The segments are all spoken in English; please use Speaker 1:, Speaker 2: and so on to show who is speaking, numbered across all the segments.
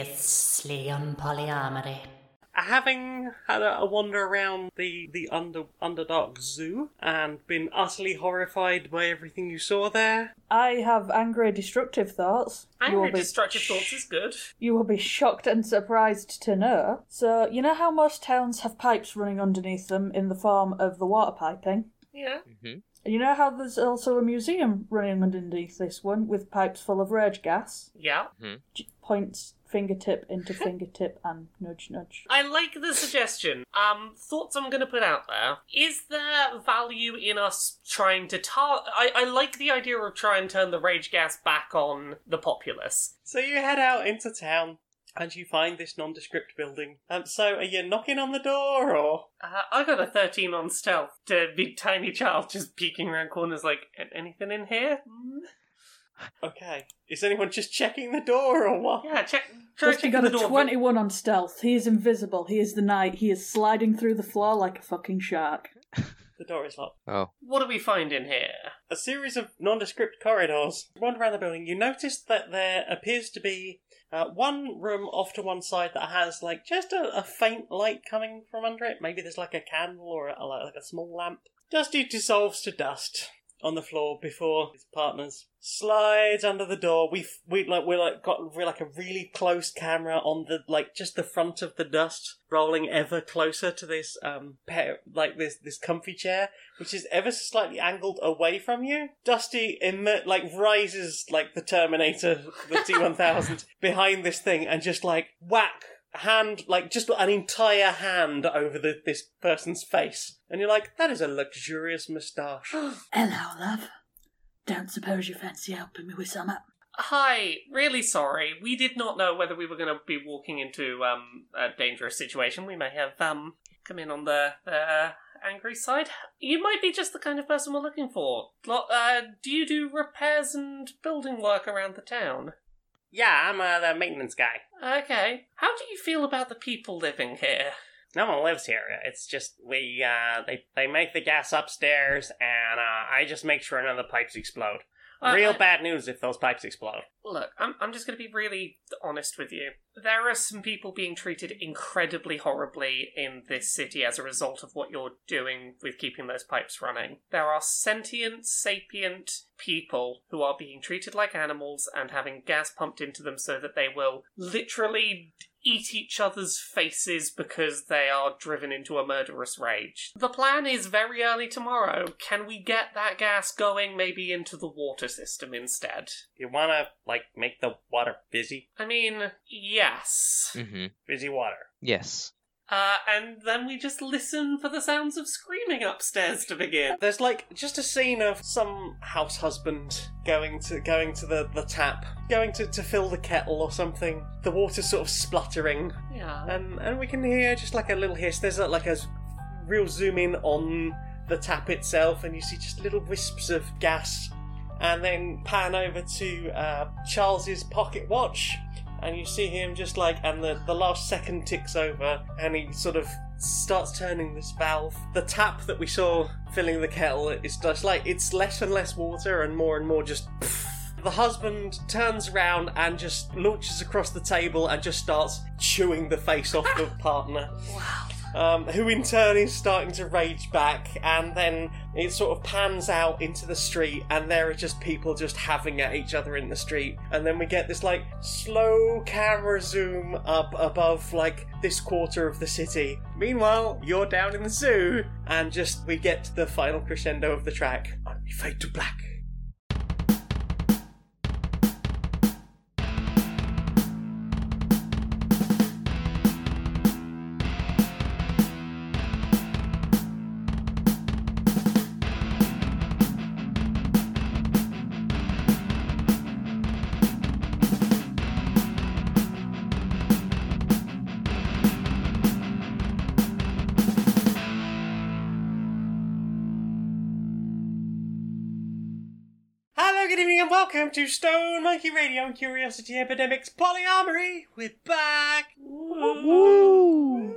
Speaker 1: Previously on polyamory.
Speaker 2: having had a, a wander around the the under underdark zoo and been utterly horrified by everything you saw there
Speaker 3: I have angry, destructive thoughts. You will
Speaker 4: Angry
Speaker 3: be-
Speaker 4: destructive thoughts is good.
Speaker 3: You will be shocked and surprised to know. So, you know how most towns have pipes running underneath them in the form of the water piping?
Speaker 4: Yeah.
Speaker 3: And you know how there's also a museum running underneath this one with pipes full of rage gas?
Speaker 4: Yeah.
Speaker 3: J- Points fingertip into fingertip and nudge nudge.
Speaker 4: I like the suggestion. Um, thoughts I'm going to put out there. Is there value in us trying to tar? I, I like the idea of trying to turn the rage gas back on the populace.
Speaker 2: so you head out into town and you find this nondescript building um so are you knocking on the door or
Speaker 4: Uh, I got a 13 on stealth to be tiny child just peeking around corners like, "A- anything in here? Mm.
Speaker 2: okay is anyone just checking the door or what
Speaker 4: Yeah, check. Try
Speaker 3: Just
Speaker 4: checking
Speaker 3: got
Speaker 4: the
Speaker 3: a
Speaker 4: door.
Speaker 3: 21 on stealth. He is invisible. He is the knight. He is sliding through the floor like a fucking shark.
Speaker 2: the door is locked
Speaker 5: Oh,
Speaker 4: What do we find in here?
Speaker 2: a series of nondescript corridors run around the building you notice that there appears to be uh, one room off to one side that has like just a, a faint light coming from under it maybe there's like a candle or a, like a small lamp dusty dissolves to dust on the floor before his partners slides under the door we f- we like we're like got we're like a really close camera on the like just the front of the dust rolling ever closer to this um pair, like this this comfy chair which is ever so slightly angled away from you. Dusty immer- like rises like the Terminator, the T one thousand behind this thing, and just like whack hand like just an entire hand over the, this person's face, and you're like, that is a luxurious moustache.
Speaker 3: Hello, love. Don't suppose you fancy helping me with some
Speaker 4: Hi, really sorry. We did not know whether we were going to be walking into um, a dangerous situation. We may have um, come in on the uh, angry side. You might be just the kind of person we're looking for. Lo- uh, do you do repairs and building work around the town?
Speaker 2: yeah, I'm uh, the maintenance guy.
Speaker 4: Okay. How do you feel about the people living here?
Speaker 2: No one lives here. It's just we uh, they they make the gas upstairs, and uh, I just make sure none of the pipes explode.
Speaker 4: Uh,
Speaker 2: Real
Speaker 4: I-
Speaker 2: bad news if those pipes explode.
Speaker 4: Look, I'm, I'm just going to be really honest with you. There are some people being treated incredibly horribly in this city as a result of what you're doing with keeping those pipes running. There are sentient, sapient people who are being treated like animals and having gas pumped into them so that they will literally eat each other's faces because they are driven into a murderous rage. The plan is very early tomorrow. Can we get that gas going maybe into the water system instead?
Speaker 2: You wanna like make the water busy,
Speaker 4: I mean, yes.
Speaker 5: mm-hmm.
Speaker 2: busy water.
Speaker 5: yes.
Speaker 4: Uh, and then we just listen for the sounds of screaming upstairs to begin.
Speaker 2: There's like just a scene of some house husband going to going to the, the tap, going to, to fill the kettle or something. The water's sort of spluttering,
Speaker 4: Yeah.
Speaker 2: and and we can hear just like a little hiss. There's a, like a s- real zoom in on the tap itself, and you see just little wisps of gas, and then pan over to uh, Charles's pocket watch, and you see him just like, and the the last second ticks over, and he sort of starts turning this valve. The tap that we saw filling the kettle is just like it's less and less water, and more and more just. The husband turns around and just launches across the table and just starts chewing the face off the partner. Wow. Um, who in turn is starting to rage back, and then it sort of pans out into the street, and there are just people just having at each other in the street. And then we get this like slow camera zoom up above like this quarter of the city. Meanwhile, you're down in the zoo, and just we get to the final crescendo of the track. And we fade to black. Hello, good evening, and welcome to Stone Monkey Radio and Curiosity Epidemics Polyamory. We're back. Woo.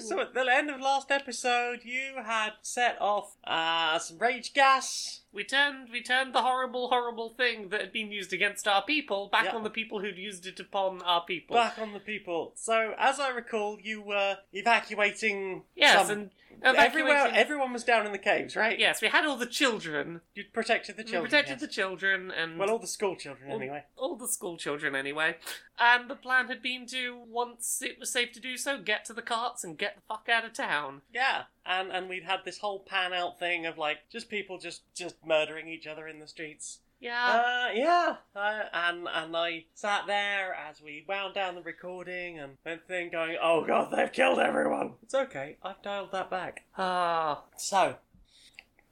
Speaker 2: So at the end of last episode, you had set off uh, some rage gas
Speaker 4: we turned we turned the horrible, horrible thing that had been used against our people back
Speaker 2: Yeah.
Speaker 4: on the people who'd used it upon our people.
Speaker 2: Back on the people. So, as I recall, you were evacuating.
Speaker 4: yes,
Speaker 2: some-
Speaker 4: and
Speaker 2: everywhere.
Speaker 4: evacuating-
Speaker 2: Everyone was down in the caves, right?
Speaker 4: yes, we had all the children.
Speaker 2: You protected the children.
Speaker 4: we
Speaker 2: yes.
Speaker 4: protected the children and
Speaker 2: Well, all the school children,
Speaker 4: Well,
Speaker 2: anyway.
Speaker 4: all the school children anyway. And the plan had been to, once it was safe to do so, get to the carts and get the fuck out of town.
Speaker 2: Yeah, and and we'd had this whole pan out thing of like just people just just murdering each other in the streets.
Speaker 4: Yeah.
Speaker 2: Uh, yeah, uh, and and I sat there as we wound down the recording and went thing going, oh god, they've killed everyone. It's okay, I've dialed that back.
Speaker 4: Ah.
Speaker 2: So,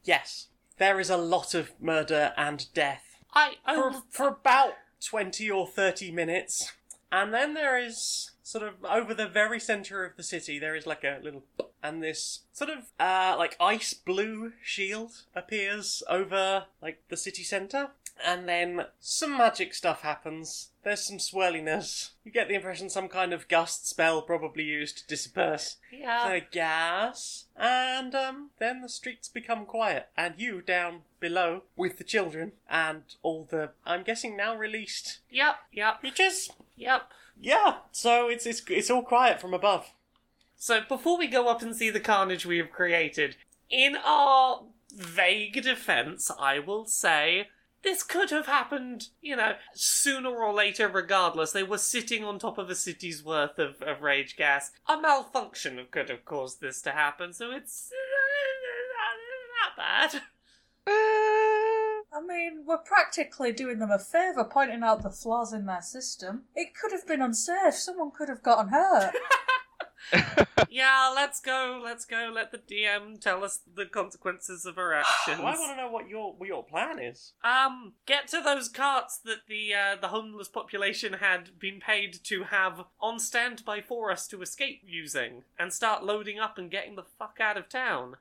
Speaker 2: yes, there is a lot of murder and death
Speaker 4: I
Speaker 2: for
Speaker 4: oh,
Speaker 2: for about twenty or thirty minutes, and then there is sort of over the very center of the city there is like a little and this sort of uh like ice blue shield appears over like the city center and then some magic stuff happens there's some swirliness you get the impression some kind of gust spell probably used to disperse
Speaker 4: yeah.
Speaker 2: the gas, and um, then the streets become quiet, and you down below with the children and all the, I'm guessing now released
Speaker 4: Yep, yep,
Speaker 2: creatures.
Speaker 4: yep.
Speaker 2: Yeah, so it's it's it's all quiet from above.
Speaker 4: So before we go up and see the carnage we have created, in our vague defense, I will say this could have happened, you know, sooner or later, regardless. They were sitting on top of a city's worth of, of rage gas. A malfunction could have caused this to happen, so it's uh, not bad.
Speaker 3: I mean, we're practically doing them a favour pointing out the flaws in their system. It could have been unsafe. Someone could have gotten hurt.
Speaker 4: yeah, let's go, let's go, let the DM tell us the consequences of her actions.
Speaker 2: Well, I want to know what your what your plan is.
Speaker 4: Um, get to those carts that the uh, the homeless population had been paid to have on standby for us to escape using, and start loading up and getting the fuck out of town.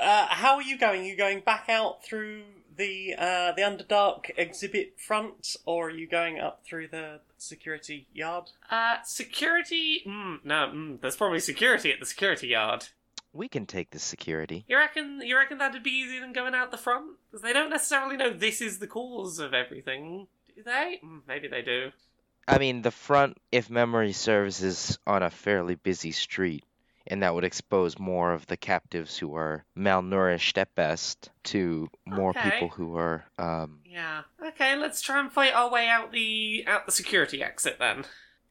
Speaker 2: Uh, how are you going? Are you going back out through the uh, the Underdark exhibit front, or are you going up through the security yard?
Speaker 4: Uh, security? Mm, no, mm, there's probably security at the security yard.
Speaker 1: We can take the security.
Speaker 4: You reckon? You reckon that'd be easier than going out the front? Because they don't necessarily know this is the cause of everything, do they? Mm, maybe they do.
Speaker 1: I mean, the front, if memory serves, is on a fairly busy street, and that would expose more of the captives who are malnourished at best to more
Speaker 4: Okay.
Speaker 1: people who are. Um,
Speaker 4: Yeah. Okay, let's try and fight our way out the out the security exit then.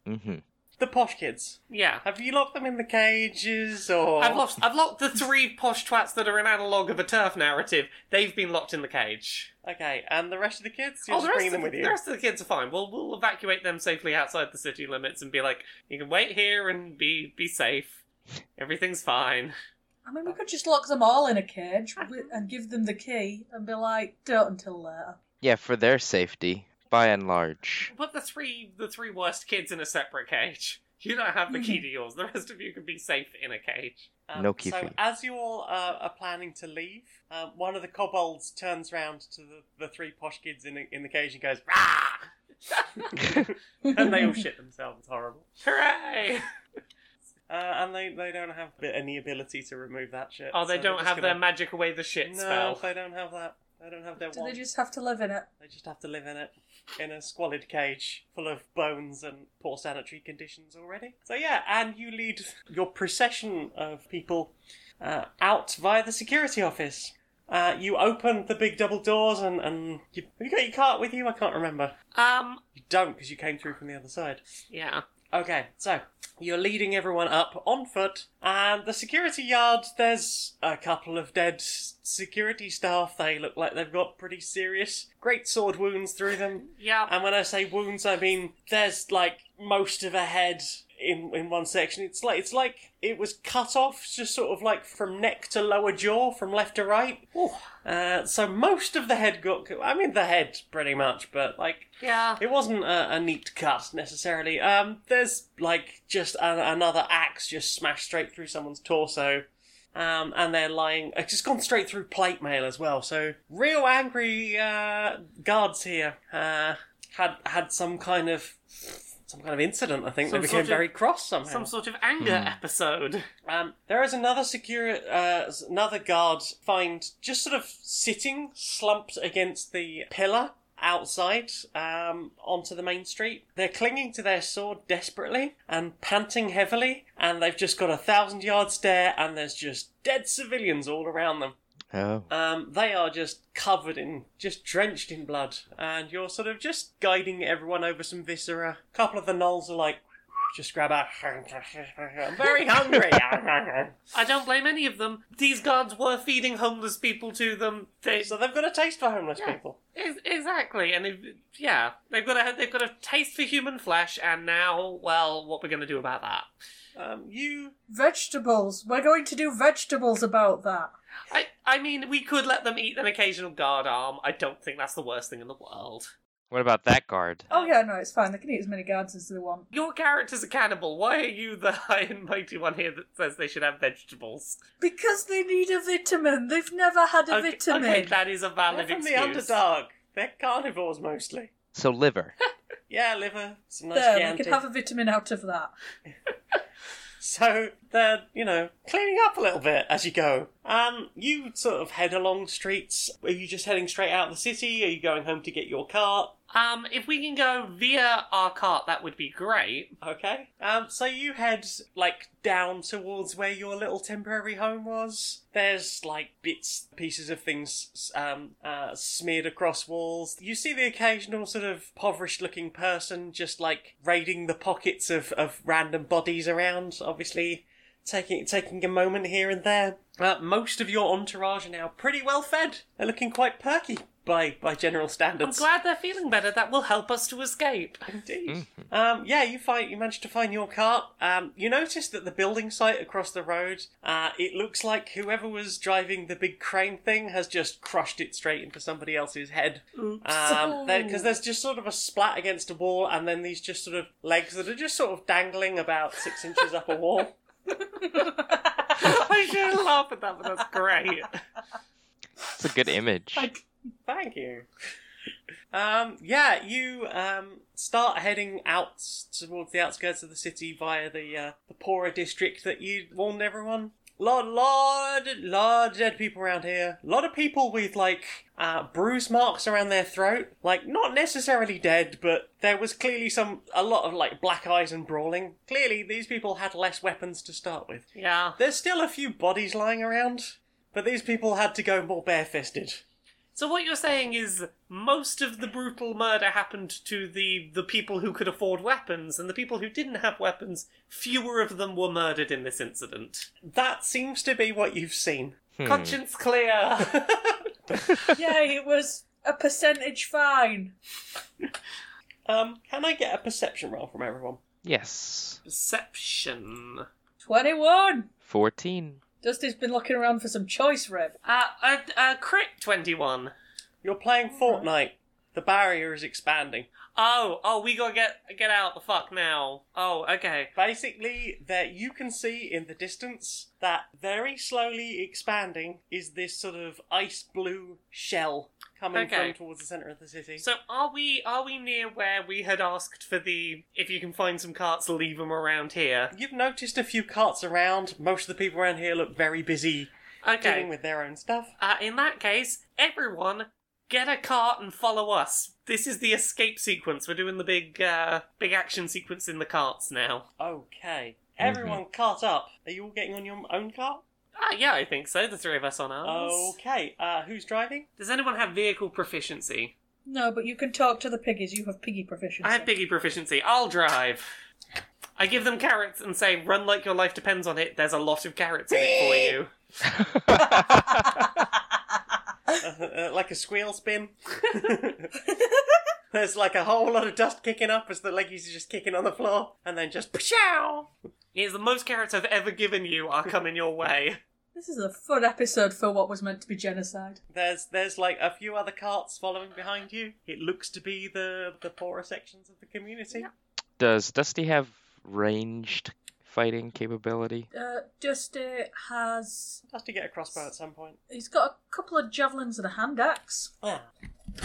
Speaker 1: hmm
Speaker 2: The posh kids.
Speaker 4: Yeah.
Speaker 2: Have you locked them in the cages, or
Speaker 4: I've locked, I've locked the three posh twats that are an analogue of a turf narrative. They've been locked in the cage.
Speaker 2: Okay, and the rest of the kids? You're
Speaker 4: Oh,
Speaker 2: just
Speaker 4: the rest,
Speaker 2: bringing
Speaker 4: of
Speaker 2: them
Speaker 4: the,
Speaker 2: with you.
Speaker 4: the rest of the kids are fine. We'll, we'll evacuate them safely outside the city limits and be like, you can wait here and be, be safe. Everything's fine.
Speaker 3: I mean, we could just lock them all in a cage wi- and give them the key and be like, don't until later.
Speaker 1: Yeah, for their safety, by and large.
Speaker 4: Put the three the three worst kids in a separate cage. You don't have the key to yours. The rest of you can be safe in a cage.
Speaker 2: Um,
Speaker 1: No key
Speaker 2: so,
Speaker 1: for you.
Speaker 2: as you all uh, are planning to leave, um, one of the kobolds turns round to the, the three posh kids in, in the cage and goes,
Speaker 4: Ah!
Speaker 2: and they all shit themselves. It's horrible.
Speaker 4: Hooray!
Speaker 2: Uh, and they, they don't have bi- any ability to remove that shit.
Speaker 4: Oh, they
Speaker 2: so they're
Speaker 4: don't
Speaker 2: just
Speaker 4: have
Speaker 2: gonna-
Speaker 4: their magic away the shit
Speaker 2: No,
Speaker 4: spell.
Speaker 2: they don't have that. They don't have their
Speaker 3: Do
Speaker 2: wand.
Speaker 3: they
Speaker 2: They just...
Speaker 3: just have to live in it?
Speaker 2: have to live in it. In a squalid cage full of bones and poor sanitary conditions already. So, yeah, and you lead your procession of people uh, out via the security office. Uh, you open the big double doors and, and you, have you got your cart with you? I can't remember.
Speaker 4: Um,
Speaker 2: You don't because you came through from the other side.
Speaker 4: yeah.
Speaker 2: Okay, so you're leading everyone up on foot, and the security yard, there's a couple of dead s- security staff. They look like they've got pretty serious great sword wounds through them.
Speaker 4: Yeah.
Speaker 2: And when I say wounds, I mean there's like most of a head in in one section. It's like it's like it was cut off, just sort of like from neck to lower jaw, from left to right. Uh, so most of the head got. I mean, the head pretty much, but like
Speaker 4: Yeah.
Speaker 2: it wasn't a, a neat cut necessarily. Um, there's like just a, another axe just smashed straight through someone's torso. Um, and they're lying. It's just gone straight through plate mail as well. So real angry uh, guards here uh, had had some kind of some kind of incident. I think
Speaker 4: Some
Speaker 2: they
Speaker 4: sort
Speaker 2: became
Speaker 4: of-
Speaker 2: very cross somehow.
Speaker 4: Some sort of anger
Speaker 1: Hmm.
Speaker 4: episode.
Speaker 2: Um, there is another secure, uh, another guard find just sort of sitting slumped against the pillar outside um, onto the main street. They're clinging to their sword desperately and panting heavily, and they've just got a thousand yard stare, and there's just dead civilians all around them.
Speaker 1: Oh.
Speaker 2: Um, they are just covered in, just drenched in blood, and you're sort of just guiding everyone over some viscera. A couple of the gnolls are like, just grab a. I'm very hungry.
Speaker 4: I don't blame any of them. These guards were feeding homeless people to them. They,
Speaker 2: so they've got a taste for homeless
Speaker 4: Yeah.
Speaker 2: people.
Speaker 4: Ex- exactly, and if, yeah, they've got a they've got a taste for human flesh, and now, well, what we're going to do about that?
Speaker 2: Um, you.
Speaker 3: Vegetables. We're going to do vegetables about that.
Speaker 4: I I mean, we could let them eat an occasional guard arm. I don't think that's the worst thing in the world.
Speaker 1: What about that guard?
Speaker 3: Oh yeah, no, it's fine. They can eat as many guards as they want.
Speaker 4: Your character's a cannibal. Why are you the high and mighty one here that says they should have vegetables?
Speaker 3: Because they need a vitamin. They've never had a
Speaker 4: okay,
Speaker 3: vitamin.
Speaker 4: okay, that is a
Speaker 2: They're
Speaker 4: valid
Speaker 2: from the
Speaker 4: excuse.
Speaker 2: Underdark. They're carnivores mostly.
Speaker 1: So liver.
Speaker 2: Yeah, liver, some nice
Speaker 3: there, we
Speaker 2: Chianti.
Speaker 3: could have a vitamin out of that.
Speaker 2: So they're, you know, cleaning up a little bit as you go. Um, you sort of head along streets. Are you just heading straight out of the city? Are you going home to get your cart?
Speaker 4: Um, if we can go via our cart, that would be great.
Speaker 2: Okay. Um, so you head like down towards where your little temporary home was. There's like bits, pieces of things um, uh, smeared across walls. You see the occasional sort of impoverished-looking person just like raiding the pockets of of random bodies around. Obviously, taking taking a moment here and there. Uh, most of your entourage are now pretty well fed. They're looking quite perky by by general
Speaker 4: I'm
Speaker 2: standards.
Speaker 4: glad they're feeling better. That will help us to escape.
Speaker 2: Indeed. Um, yeah, you find you managed to find your cart. Um, you notice that the building site across the road, uh, it looks like whoever was driving the big crane thing has just crushed it straight into somebody else's head. Um, because there's just sort of a splat against a wall, and then these just sort of legs that are just sort of dangling about six inches up a wall.
Speaker 4: I should laugh at that, but that's great.
Speaker 1: It's a good image.
Speaker 2: Thank you. Um, yeah, you um, start heading out towards the outskirts of the city via the uh, the poorer district that you warned everyone. Lot, lot, lot of dead people around here. A lot of people with like uh, bruise marks around their throat. Like not necessarily dead, but there was clearly some a lot of like black eyes and brawling. Clearly, these people had less weapons to start with.
Speaker 4: Yeah.
Speaker 2: There's still a few bodies lying around, but these people had to go more barefisted.
Speaker 4: So what you're saying is most of the brutal murder happened to the the people who could afford weapons, and the people who didn't have weapons, fewer of them were murdered in this incident.
Speaker 2: That seems to be what you've seen.
Speaker 1: Hmm.
Speaker 4: Conscience clear.
Speaker 3: yeah, it was a percentage fine.
Speaker 2: Um, can I get a perception roll from everyone?
Speaker 1: Yes.
Speaker 4: Perception.
Speaker 3: Twenty-one.
Speaker 1: 14.
Speaker 3: Dusty's been looking around for some choice rib.
Speaker 4: Uh, uh, uh crit twenty one.
Speaker 2: You're playing
Speaker 4: Mm-hmm.
Speaker 2: Fortnite. The barrier is expanding.
Speaker 4: Oh, oh, we gotta get get out the fuck now. Oh, okay.
Speaker 2: Basically, that you can see in the distance that very slowly expanding is this sort of ice blue shell coming
Speaker 4: Okay.
Speaker 2: from towards the center of the city.
Speaker 4: So are we are we near where we had asked for the if you can find some carts, leave them around here?
Speaker 2: You've noticed a few carts around. Most of the people around here look very busy
Speaker 4: Okay.
Speaker 2: dealing with their own stuff.
Speaker 4: Uh, in that case, everyone get a cart and follow us. This is the escape sequence. We're doing the big, uh, big action sequence in the carts now.
Speaker 2: Okay.
Speaker 4: Mm-hmm.
Speaker 2: Everyone cart up. Are you all getting on your own cart?
Speaker 4: Uh, yeah, I think so. The three of us on ours.
Speaker 2: Okay. Uh, who's driving?
Speaker 4: Does anyone have vehicle proficiency?
Speaker 3: No, but you can talk to the piggies. You have piggy proficiency.
Speaker 4: I have piggy proficiency. I'll drive. I give them carrots and say, "Run like your life depends on it." There's a lot of carrots in it for you.
Speaker 2: uh, like a squeal spin. There's like a whole lot of dust kicking up as the leggies are just kicking on the floor, and then just pshaw.
Speaker 4: Here's the most carrots I've ever given you. Are coming your way.
Speaker 3: This is a fun episode for what was meant to be genocide.
Speaker 2: There's there's like a few other carts following behind you. It looks to be the the poorer sections of the community.
Speaker 1: Does Dusty have ranged fighting capability?
Speaker 3: Uh, Dusty has.
Speaker 2: Has to get a crossbow at some point.
Speaker 3: He's got a couple of javelins and a hand axe.
Speaker 2: Ah.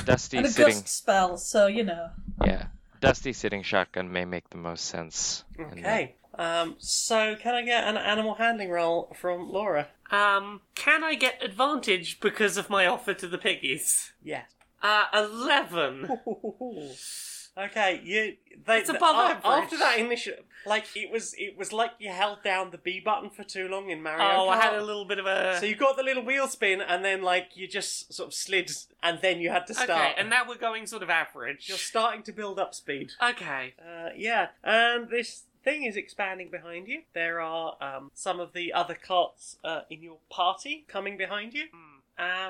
Speaker 1: Dusty
Speaker 3: and a
Speaker 1: sitting.
Speaker 3: gust spell, so you know.
Speaker 1: Yeah. Dusty sitting shotgun may make the most sense. in that.
Speaker 2: Okay. Um, so can I get an animal handling roll from Laura?
Speaker 4: Um, can I get advantage because of my offer to the piggies?
Speaker 2: Yes.
Speaker 4: Uh,
Speaker 2: Oh,
Speaker 4: 11.
Speaker 2: Okay, you. They,
Speaker 4: It's above
Speaker 2: a-
Speaker 4: average.
Speaker 2: After that initial, like it was, it was like you held down the B button for too long in Mario.
Speaker 4: Oh, I
Speaker 2: Kart.
Speaker 4: had a little uh, bit of a.
Speaker 2: So you got the little wheel spin, and then like you just sort of slid, and then you had to start.
Speaker 4: Okay, and now we're going sort of average.
Speaker 2: you're starting to build up speed.
Speaker 4: Okay.
Speaker 2: Uh, yeah, and this thing is expanding behind you. There are um, some of the other carts uh, in your party coming behind you.
Speaker 4: Hmm.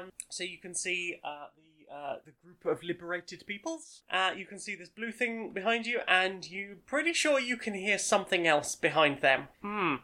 Speaker 2: Um, so you can see uh, the uh, the group of liberated peoples. Uh, you can see this blue thing behind you, and you pretty sure you can hear something else behind them.
Speaker 4: Hmm.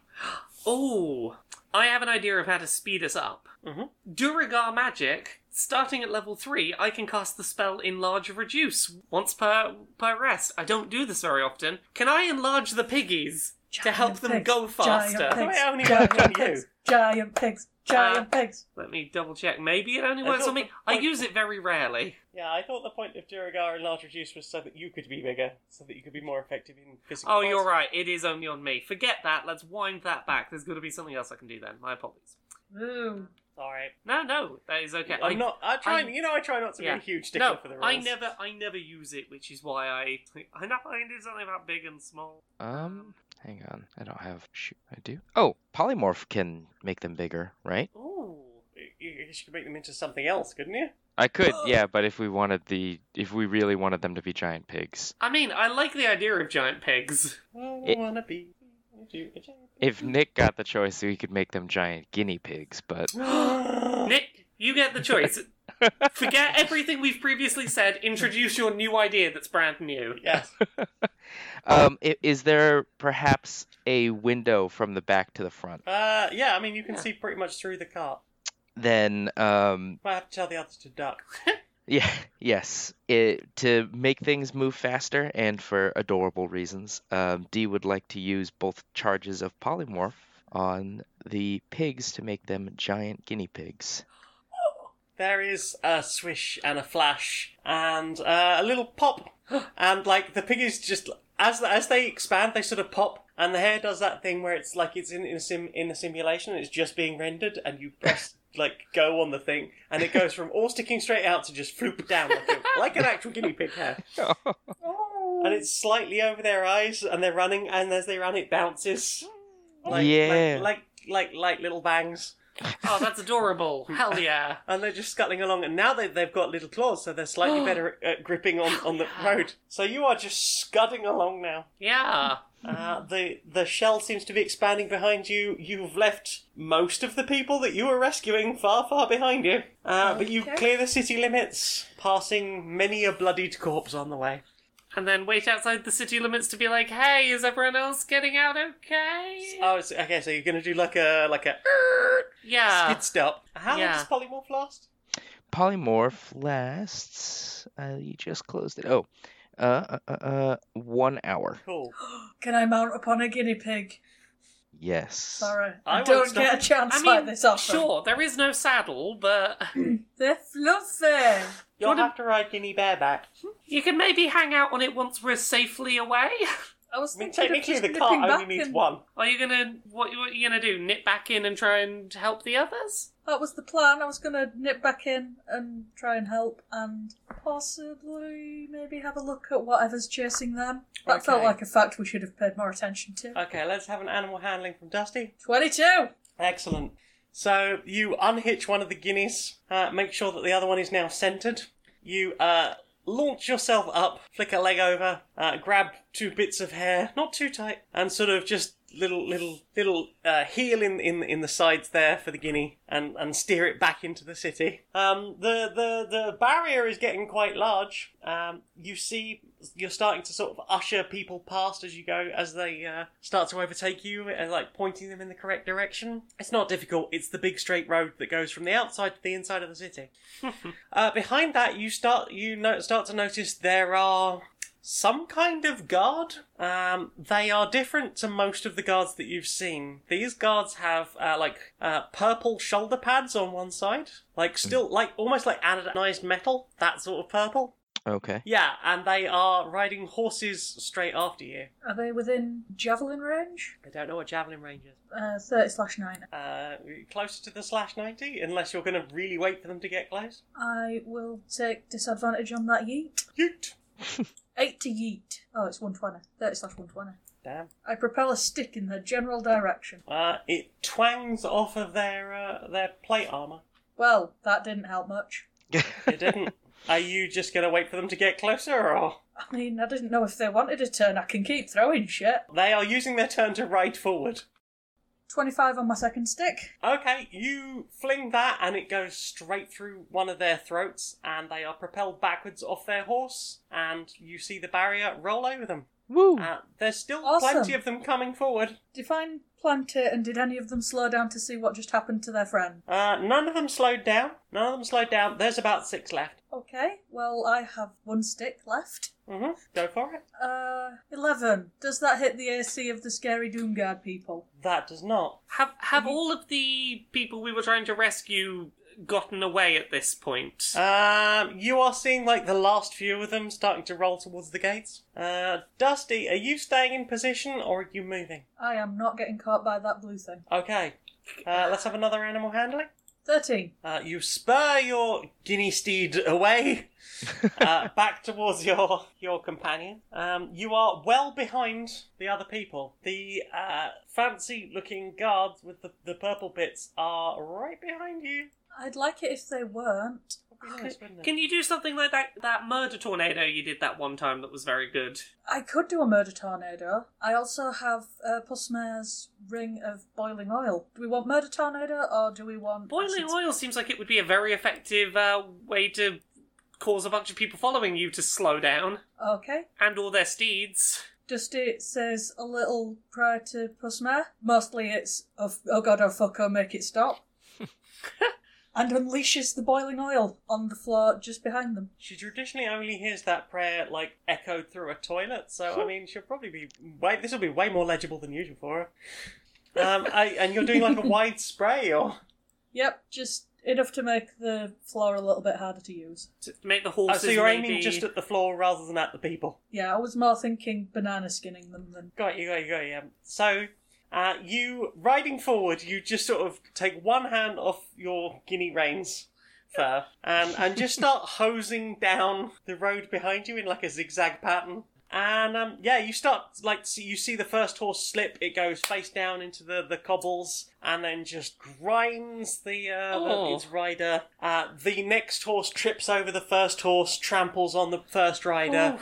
Speaker 4: Oh, I have an idea of how to speed us up.
Speaker 2: Mhm.
Speaker 3: Mm-hmm.
Speaker 4: Duragar magic. Starting at level three, I can cast the spell enlarge or reduce once per per rest. I don't do this very often. Can I enlarge the piggies to
Speaker 3: Giant
Speaker 4: help them
Speaker 3: pigs,
Speaker 4: go
Speaker 3: giant
Speaker 4: faster?
Speaker 3: pigs,
Speaker 2: It only
Speaker 3: giant
Speaker 2: worked on you.
Speaker 3: pigs, Giant pigs.
Speaker 4: Uh,
Speaker 3: Giant pigs.
Speaker 4: Let me double check. Maybe it only
Speaker 2: I
Speaker 4: works
Speaker 2: thought
Speaker 4: on me.
Speaker 2: the
Speaker 4: I
Speaker 2: point-
Speaker 4: use it very rarely.
Speaker 2: Yeah, I thought the point of Duragar and Large Reduce was so that you could be bigger, so that you could be more effective in physical.
Speaker 4: Oh,
Speaker 2: fights.
Speaker 4: you're right. It is only on me. Forget that. Let's wind that back. There's got to be something else I can do then. My apologies.
Speaker 3: Ooh.
Speaker 2: Sorry,
Speaker 4: No, no, that is okay.
Speaker 2: I'm
Speaker 4: I-
Speaker 2: not. I try.
Speaker 4: I-
Speaker 2: you know, I try not to
Speaker 4: yeah.
Speaker 2: be a huge stickler
Speaker 4: No,
Speaker 2: for the rules.
Speaker 4: I never, I never use it, which is why I, I know I can do something about big and small.
Speaker 1: Um, hang on. I don't have. Shoot, I do. Oh, polymorph can make them bigger, right?
Speaker 4: Ooh,
Speaker 2: You, Oh, you should make them into something else, couldn't you?
Speaker 1: I could, yeah, but if we wanted the, if we really wanted them to be giant pigs,
Speaker 4: I mean, I like the idea of giant pigs.
Speaker 2: I
Speaker 1: It-
Speaker 2: wanna be. into a giant-
Speaker 1: if Nick got the choice, we could make them giant guinea pigs. But
Speaker 4: Nick, you get the choice. Forget everything we've previously said. Introduce your new idea that's brand new.
Speaker 2: yes.
Speaker 1: um, i- is there perhaps a window from the back to the front?
Speaker 2: Uh, yeah. I mean, you can
Speaker 4: Yeah.
Speaker 2: see pretty much through the cart.
Speaker 1: Then, um,
Speaker 2: Might have to tell the others to duck.
Speaker 1: Yeah, yes. It, to make things move faster and for adorable reasons, um, Dee would like to use both charges of polymorph on the pigs to make them giant guinea pigs.
Speaker 2: There is a swish and a flash and uh, a little pop, and like the piggies just as as they expand, they sort of pop, and the hair does that thing where it's like it's in, in a sim in a simulation, it's just being rendered, and you press like go on the thing, and it goes from all sticking straight out to just floop down like, a, like an actual guinea pig hair.
Speaker 3: Oh.
Speaker 2: and it's slightly over their eyes, and they're running, and as they run, it bounces. Like,
Speaker 1: Yeah.
Speaker 2: Like, like like like little bangs,
Speaker 4: Oh, that's adorable. Hell yeah.
Speaker 2: and they're just scuttling along. And now they they've got little claws, so they're slightly better at gripping on on the
Speaker 3: Oh,
Speaker 2: road. So you are just scudding along now.
Speaker 4: Yeah.
Speaker 2: Uh,
Speaker 3: Mm-hmm.
Speaker 2: the the shell seems to be expanding behind you. You've left most of the people that you were rescuing far far behind you. Uh, But you
Speaker 3: Okay.
Speaker 2: clear the city limits, passing many a bloodied corpse on the way.
Speaker 4: And then wait outside the city limits to be like, hey, is everyone else getting out okay?
Speaker 2: Oh, so- okay. So you're gonna do like a like a
Speaker 3: Ah.
Speaker 4: yeah.
Speaker 2: Skid stop. How
Speaker 4: yeah.
Speaker 2: long does polymorph last?
Speaker 1: Polymorph lasts. I just closed it. Oh, uh, uh, uh, uh, one hour.
Speaker 2: Cool.
Speaker 3: Can I mount upon a guinea pig?
Speaker 1: Yes.
Speaker 3: Sorry,
Speaker 2: I
Speaker 3: I,
Speaker 2: won't
Speaker 3: don't
Speaker 2: stop
Speaker 3: get a
Speaker 2: it.
Speaker 3: chance
Speaker 4: I
Speaker 3: like
Speaker 4: mean,
Speaker 3: this often.
Speaker 4: sure, there is no saddle, but
Speaker 3: They're fluffy.
Speaker 2: You'll
Speaker 4: Jordan-
Speaker 2: have to ride guinea bareback.
Speaker 4: you can maybe hang out on it once we're safely away.
Speaker 3: I was
Speaker 2: I mean,
Speaker 3: thinking of
Speaker 2: technically,
Speaker 3: just
Speaker 2: the
Speaker 3: nipping
Speaker 2: cart only
Speaker 3: back
Speaker 2: needs
Speaker 3: and-
Speaker 2: one.
Speaker 4: Are you gonna what, what are you gonna do? Nip back in and try and help the others?
Speaker 3: That was the plan. I was going to nip back in and try and help and possibly maybe have a look at whatever's chasing them. That felt
Speaker 2: Okay.
Speaker 3: like a fact we should have paid more attention to.
Speaker 2: Okay, let's have an animal handling from Dusty.
Speaker 3: 22!
Speaker 2: Excellent. So you unhitch one of the guineas, uh, make sure that the other one is now centered. You uh, launch yourself up, flick a leg over, uh, grab two bits of hair, not too tight, and sort of just little little little uh, heel in, in in the sides there for the guinea, and and steer it back into the city. Um, the the the barrier is getting quite large. Um, you see, you're starting to sort of usher people past as you go, as they uh, start to overtake you, and like pointing them in the correct direction. It's not difficult. It's the big straight road that goes from the outside to the inside of the city. Uh, behind that, you start you no- start to notice there are some kind of guard. Um, they are different to most of the guards that you've seen. These guards have uh, like uh, purple shoulder pads on one side, like still like almost like anodized metal, that sort of purple.
Speaker 1: Okay.
Speaker 2: Yeah, and they are riding horses straight after you.
Speaker 3: Are they within javelin range?
Speaker 2: I don't know what javelin range is.
Speaker 3: Uh, 30 slash 9.
Speaker 2: Uh, closer to the slash 90, unless you're going to really wait for them to get close.
Speaker 3: I will take disadvantage on that yeet.
Speaker 2: Yeet!
Speaker 3: 8 to yeet. Oh, it's 120. 30 slash 120.
Speaker 2: Damn.
Speaker 3: I propel a stick in their general direction.
Speaker 2: Uh, it twangs off of their uh, their plate armor.
Speaker 3: Well, that didn't help much.
Speaker 2: It didn't. Are you just going to wait for them to get closer, or
Speaker 3: I mean, I didn't know if they wanted a turn. I can keep throwing shit.
Speaker 2: they are using their turn to ride forward?
Speaker 3: 25 on my second stick.
Speaker 2: Okay, you fling that, and it goes straight through one of their throats, and they are propelled backwards off their horse, and you see the barrier roll over them.
Speaker 1: Woo!
Speaker 2: Uh, there's still
Speaker 3: Awesome.
Speaker 2: plenty of them coming forward.
Speaker 3: Define planter, and did any of them slow down to see what just happened to their friend?
Speaker 2: Uh, none of them slowed down. None of them slowed down. There's about six left.
Speaker 3: Okay, well, I have one stick left.
Speaker 2: Mm-hmm. Go for it.
Speaker 3: Uh, 11. Does that hit the AC of the scary Doomguard people?
Speaker 2: That does not.
Speaker 4: Have have
Speaker 2: Mm-hmm.
Speaker 4: all of the people we were trying to rescue gotten away at this point?
Speaker 2: Um, you are seeing like the last few of them starting to roll towards the gates. Uh, Dusty, are you staying in position or are you moving?
Speaker 3: I am not getting caught by that blue thing.
Speaker 2: Okay. Uh, let's have another animal handling.
Speaker 3: 13.
Speaker 2: Uh, you spur your guinea steed away, uh, back towards your your companion. Um, you are well behind the other people. The uh, fancy looking guards with the, the purple bits are right behind you.
Speaker 3: I'd like it if they weren't.
Speaker 2: Would be nice,
Speaker 4: Can-
Speaker 2: wouldn't it?
Speaker 4: Can you do something like that that murder tornado you did that one time that was very good?
Speaker 3: I could do a murder tornado. I also have uh, Pusmare's ring of boiling oil. Do we want murder tornado or do we want
Speaker 4: Boiling
Speaker 3: acids?
Speaker 4: oil seems like it would be a very effective uh, way to cause a bunch of people following you to slow down
Speaker 3: Okay.
Speaker 4: and all their steeds.
Speaker 3: Dusty says a little prior to Pusmare. Mostly it's oh, f- oh god oh fuck oh make it stop, and unleashes the boiling oil on the floor just behind them.
Speaker 2: She traditionally only hears that prayer like echoed through a toilet, so I mean she'll probably be way. This will be way more legible than usual for her. Um, I, and you're doing like a wide spray, or oh,
Speaker 3: Yep, just enough to make the floor a little bit harder to use.
Speaker 4: To make the
Speaker 2: oh,
Speaker 4: horses
Speaker 2: so you're
Speaker 4: maybe...
Speaker 2: aiming just at the floor rather than at the people.
Speaker 3: Yeah, I was more thinking banana skinning them than
Speaker 2: Got you, got you, got you. Um, So, uh, you riding forward, you just sort of take one hand off your guinea reins, fur, and Um, and just start hosing down the road behind you in like a zigzag pattern. And um, yeah, you start like see, you see the first horse slip. It goes face down into the, the cobbles, and then just grinds the, uh, the-
Speaker 4: Oh.
Speaker 2: its rider. Uh, the next horse trips over the first horse, tramples on the first rider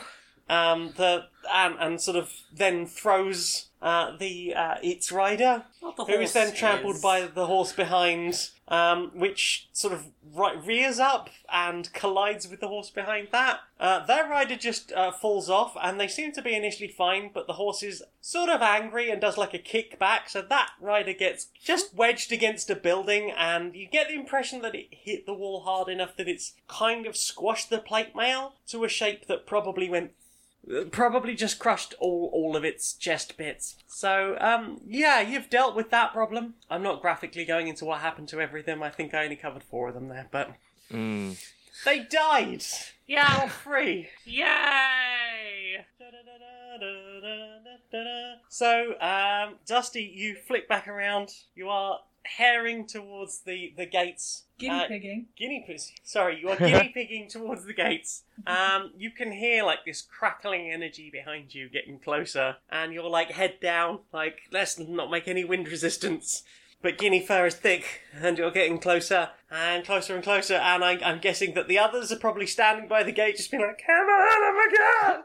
Speaker 2: um, the and, and sort of then throws uh, the uh, its rider,
Speaker 4: Not the
Speaker 2: who is
Speaker 4: horse
Speaker 2: then trampled
Speaker 4: is.
Speaker 2: by the horse behind, um, which sort of ri rears up and collides with the horse behind that. Uh, their rider just uh, falls off, and they seem to be initially fine, but the horse is sort of angry and does like a kick back, so that rider gets just wedged against a building, and you get the impression that it hit the wall hard enough that it's kind of squashed the plate mail to a shape that probably went probably just crushed all all of its chest bits. So um yeah, you've dealt with that problem. I'm not graphically going into what happened to everything. I think I only covered four of them there, but
Speaker 1: Mm.
Speaker 2: they died.
Speaker 4: Yeah.
Speaker 2: All three.
Speaker 4: Yay!
Speaker 2: So um Dusty, you flick back around. You are herring towards the the gates.
Speaker 3: guinea
Speaker 2: Uh,
Speaker 3: pigging.
Speaker 2: guinea pigs. Sorry, you are guinea pigging towards the gates. Um, you can hear like this crackling energy behind you getting closer, and you're like head down, like let's not make any wind resistance. But guinea fur is thick, and you're getting closer and closer and closer. And I, I'm guessing that the others are probably standing by the gate, just being like, "Come on, oh my god!"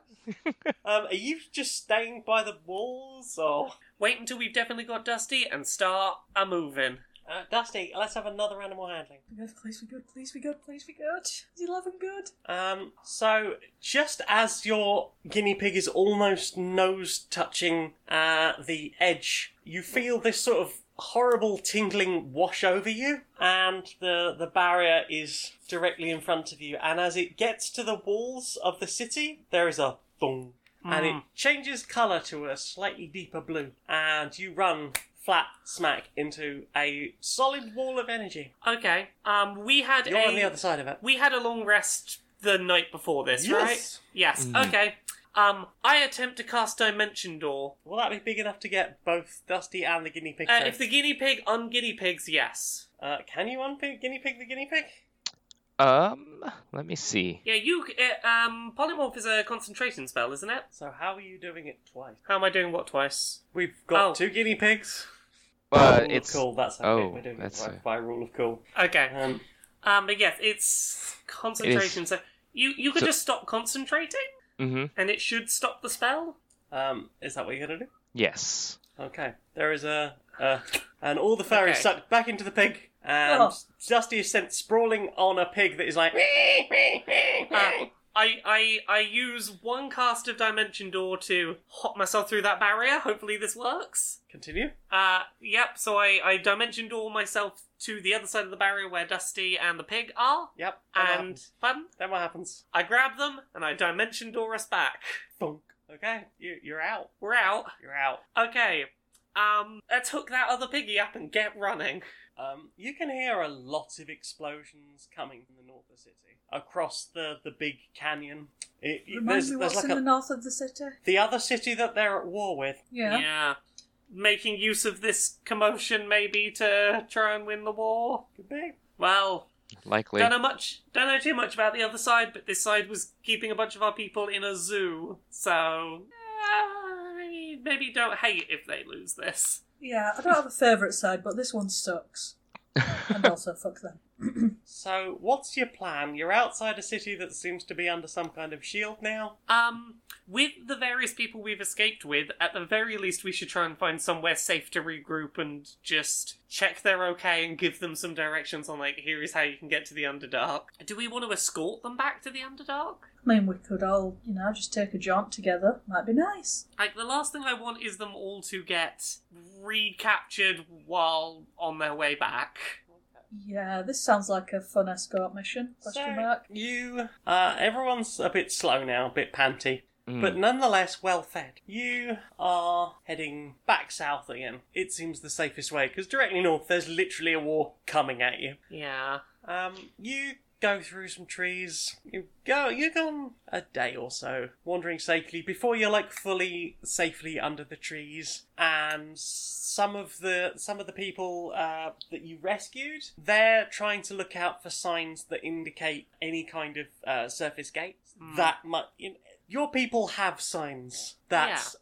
Speaker 2: um, are you just staying by the walls, or
Speaker 4: Wait until we've definitely got Dusty and start a moving.
Speaker 2: uh, Dusty? Let's have another animal handling.
Speaker 3: We good, please we good, please we good, please we good. Is eleven good?
Speaker 2: Um, so just as your guinea pig is almost nose touching uh, the edge, you feel this sort of horrible tingling wash over you, and the the barrier is directly in front of you. And as it gets to the walls of the city, there is a thong, and it changes colour to a slightly deeper blue, and you run flat smack into a solid wall of energy.
Speaker 4: Okay. Um, we had
Speaker 2: You're
Speaker 4: a
Speaker 2: on the other side of it.
Speaker 4: we had a long rest the night before this, right?
Speaker 2: Yes.
Speaker 4: Yes.
Speaker 1: Mhm.
Speaker 4: Okay. Um, I attempt to cast Dimension Door.
Speaker 2: Will that be big enough to get both Dusty and the guinea pig?
Speaker 4: Uh,
Speaker 2: out?
Speaker 4: if the guinea pig unguinea pigs, yes.
Speaker 2: uh, can you unpig guinea pig the guinea pig?
Speaker 1: Um, let me see.
Speaker 4: Yeah, you. Uh, um, polymorph is a concentration spell, isn't it?
Speaker 2: So how are you doing it twice?
Speaker 4: How am I doing? What twice?
Speaker 2: We've got
Speaker 4: Oh.
Speaker 2: two guinea pigs.
Speaker 1: Uh,
Speaker 2: rule
Speaker 1: it's
Speaker 2: of Oh, cool. That's how
Speaker 1: oh,
Speaker 2: we're doing
Speaker 1: that's
Speaker 2: it by, by
Speaker 1: a-
Speaker 2: rule of cool.
Speaker 4: Okay.
Speaker 2: Um,
Speaker 4: Um, but yes, it's concentration. so you you could
Speaker 1: So-
Speaker 4: just stop concentrating,
Speaker 1: mhm.
Speaker 4: and it should stop the spell.
Speaker 2: um, is that what you're gonna do?
Speaker 1: Yes.
Speaker 2: Okay. There is a, a and all the fairies
Speaker 4: Okay.
Speaker 2: sucked back into the pig, and
Speaker 3: Oh.
Speaker 2: Dusty is sent sprawling on a pig that is like.
Speaker 4: Uh, I, I I use one cast of Dimension Door to hop myself through that barrier. Hopefully this works.
Speaker 2: Continue.
Speaker 4: Uh, yep. So I, I Dimension Door myself to the other side of the barrier where Dusty and the pig are,
Speaker 2: Yep. Then what
Speaker 4: and
Speaker 2: happens?
Speaker 4: fun.
Speaker 2: then what happens?
Speaker 4: I grab them and I Dimension Door us back.
Speaker 2: Funk. Okay. You you're out.
Speaker 4: We're out.
Speaker 2: You're out.
Speaker 4: Okay. Um, let's hook that other piggy up and get running.
Speaker 2: Um, you can hear a lot of explosions coming from the north of the city across the, the big canyon. It,
Speaker 3: Remind
Speaker 2: there's,
Speaker 3: me
Speaker 2: there's
Speaker 3: what's
Speaker 2: like
Speaker 3: in
Speaker 2: a,
Speaker 3: the north of the city.
Speaker 2: the other city that they're at war with.
Speaker 3: Yeah.
Speaker 4: Making use of this commotion maybe to try and win the war.
Speaker 2: Could be.
Speaker 4: Well,
Speaker 1: Likely.
Speaker 4: Don't know much. Don't know too much about the other side, but this side was keeping a bunch of our people in a zoo. So uh, maybe, maybe don't hate if they lose this.
Speaker 3: Yeah, I don't have a favourite side, but this one sucks. and also, fuck them.
Speaker 2: So, what's your plan? You're outside a city that seems to be under some kind of shield now.
Speaker 4: Um, with the various people we've escaped with, at the very least, we should try and find somewhere safe to regroup and just check they're okay and give them some directions on like here is how you can get to the Underdark. Do we want to escort them back to the Underdark?
Speaker 3: I mean, we could all, you know, just take a jaunt together. Might be nice.
Speaker 4: Like the last thing I want is them all to get recaptured while on their way back.
Speaker 3: Yeah, this sounds like a fun escort mission. Question
Speaker 2: So,
Speaker 3: mark.
Speaker 2: You, uh, everyone's a bit slow now, a bit panty,
Speaker 1: Mm.
Speaker 2: but nonetheless well fed. You are heading back south again. It seems the safest way because directly north, there's literally a war coming at you.
Speaker 4: Yeah.
Speaker 2: Um, you go through some trees. You go. You're gone a day or so, wandering safely before you're like fully safely under the trees. And some of the some of the people uh, that you rescued, they're trying to look out for signs that indicate any kind of uh, surface gates.
Speaker 4: Mm.
Speaker 2: That much. You know, your people have signs that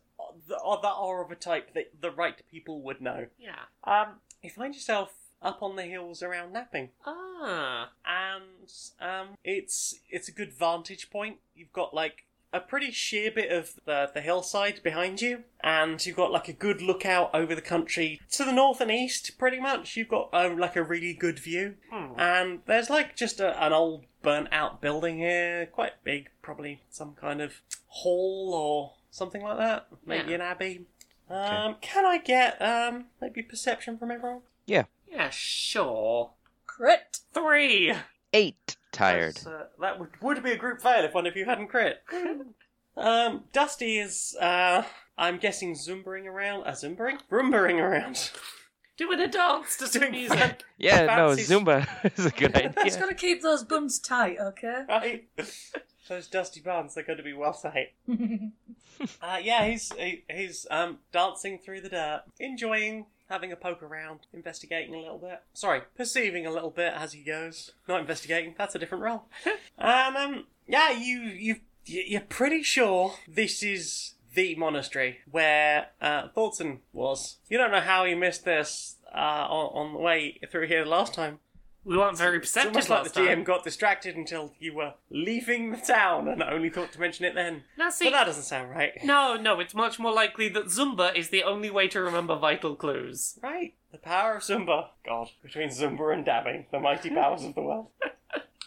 Speaker 2: that are of a type that the right people would know.
Speaker 4: Yeah.
Speaker 2: Um, you find yourself up on the hills around Napping
Speaker 4: Ah.
Speaker 2: and um, it's it's a good vantage point. You've got like a pretty sheer bit of the, the hillside behind you, and you've got like a good lookout over the country to the north and east. Pretty much, you've got uh, like a really good view,
Speaker 4: Hmm.
Speaker 2: and there's like just a, an old burnt out building here, quite big, probably some kind of hall or something like that, maybe
Speaker 4: Yeah.
Speaker 2: an abbey. Um, Can I get um, maybe perception from everyone?
Speaker 4: Yeah, sure.
Speaker 3: Crit!
Speaker 4: Three.
Speaker 1: Eight tired.
Speaker 2: That's, uh, that would, would be a group fail if one of you hadn't crit. um, Dusty is, uh, I'm guessing, zumbering around. Uh, zumbering? Rumbering around.
Speaker 4: Doing a dance to some
Speaker 2: Doing
Speaker 4: music.
Speaker 2: that,
Speaker 1: Yeah, no,
Speaker 2: fancy-
Speaker 1: Zumba is a good
Speaker 3: Just
Speaker 1: idea.
Speaker 3: gotta keep those buns tight, okay?
Speaker 2: right? Those dusty buns, they're going to be well tight. Uh, yeah, he's he, he's um dancing through the dirt, enjoying having a poke around, investigating a little bit. Sorry, perceiving a little bit as he goes. Not investigating. That's a different role. and um, yeah, you you y- you're pretty sure this is the monastery where uh, Thornton was. You don't know how you missed this uh, on, on the way through here last time.
Speaker 4: We weren't very perceptive
Speaker 2: it's almost like
Speaker 4: last
Speaker 2: the GM
Speaker 4: time.
Speaker 2: got distracted until you were leaving the town and only thought to mention it then.
Speaker 4: Now see.
Speaker 2: But that doesn't sound right.
Speaker 4: No, no, it's much more likely that Zumba is the only way to remember vital clues.
Speaker 2: Right. The power of Zumba. God. Between Zumba and dabbing, the mighty powers of the world.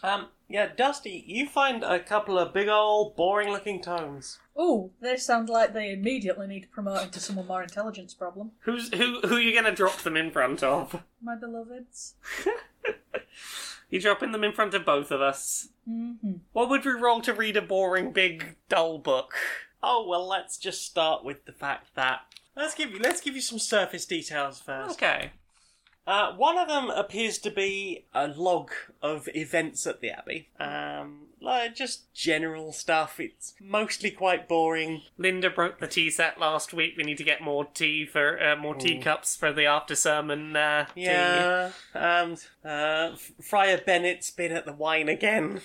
Speaker 2: Um, yeah, Dusty, you find a couple of big old boring looking tomes.
Speaker 3: Ooh, they sound like they immediately need promoting to someone more intelligence problem.
Speaker 4: Who's who? Who are you gonna drop them in front of?
Speaker 3: My beloveds.
Speaker 4: You're dropping them in front of both of us.
Speaker 3: Mm-hmm.
Speaker 4: What would we roll to read a boring, big, dull book?
Speaker 2: Oh well let's just start with the fact that let's give you let's give you some surface details first.
Speaker 4: Okay.
Speaker 2: Uh, one of them appears to be a log of events at the Abbey. Um, like just general stuff. It's mostly quite boring.
Speaker 4: Linda broke the tea set last week. We need to get more tea for uh, more teacups for the after sermon. Uh, tea.
Speaker 2: Yeah. Um, uh, F- Friar Bennett's been at the wine again.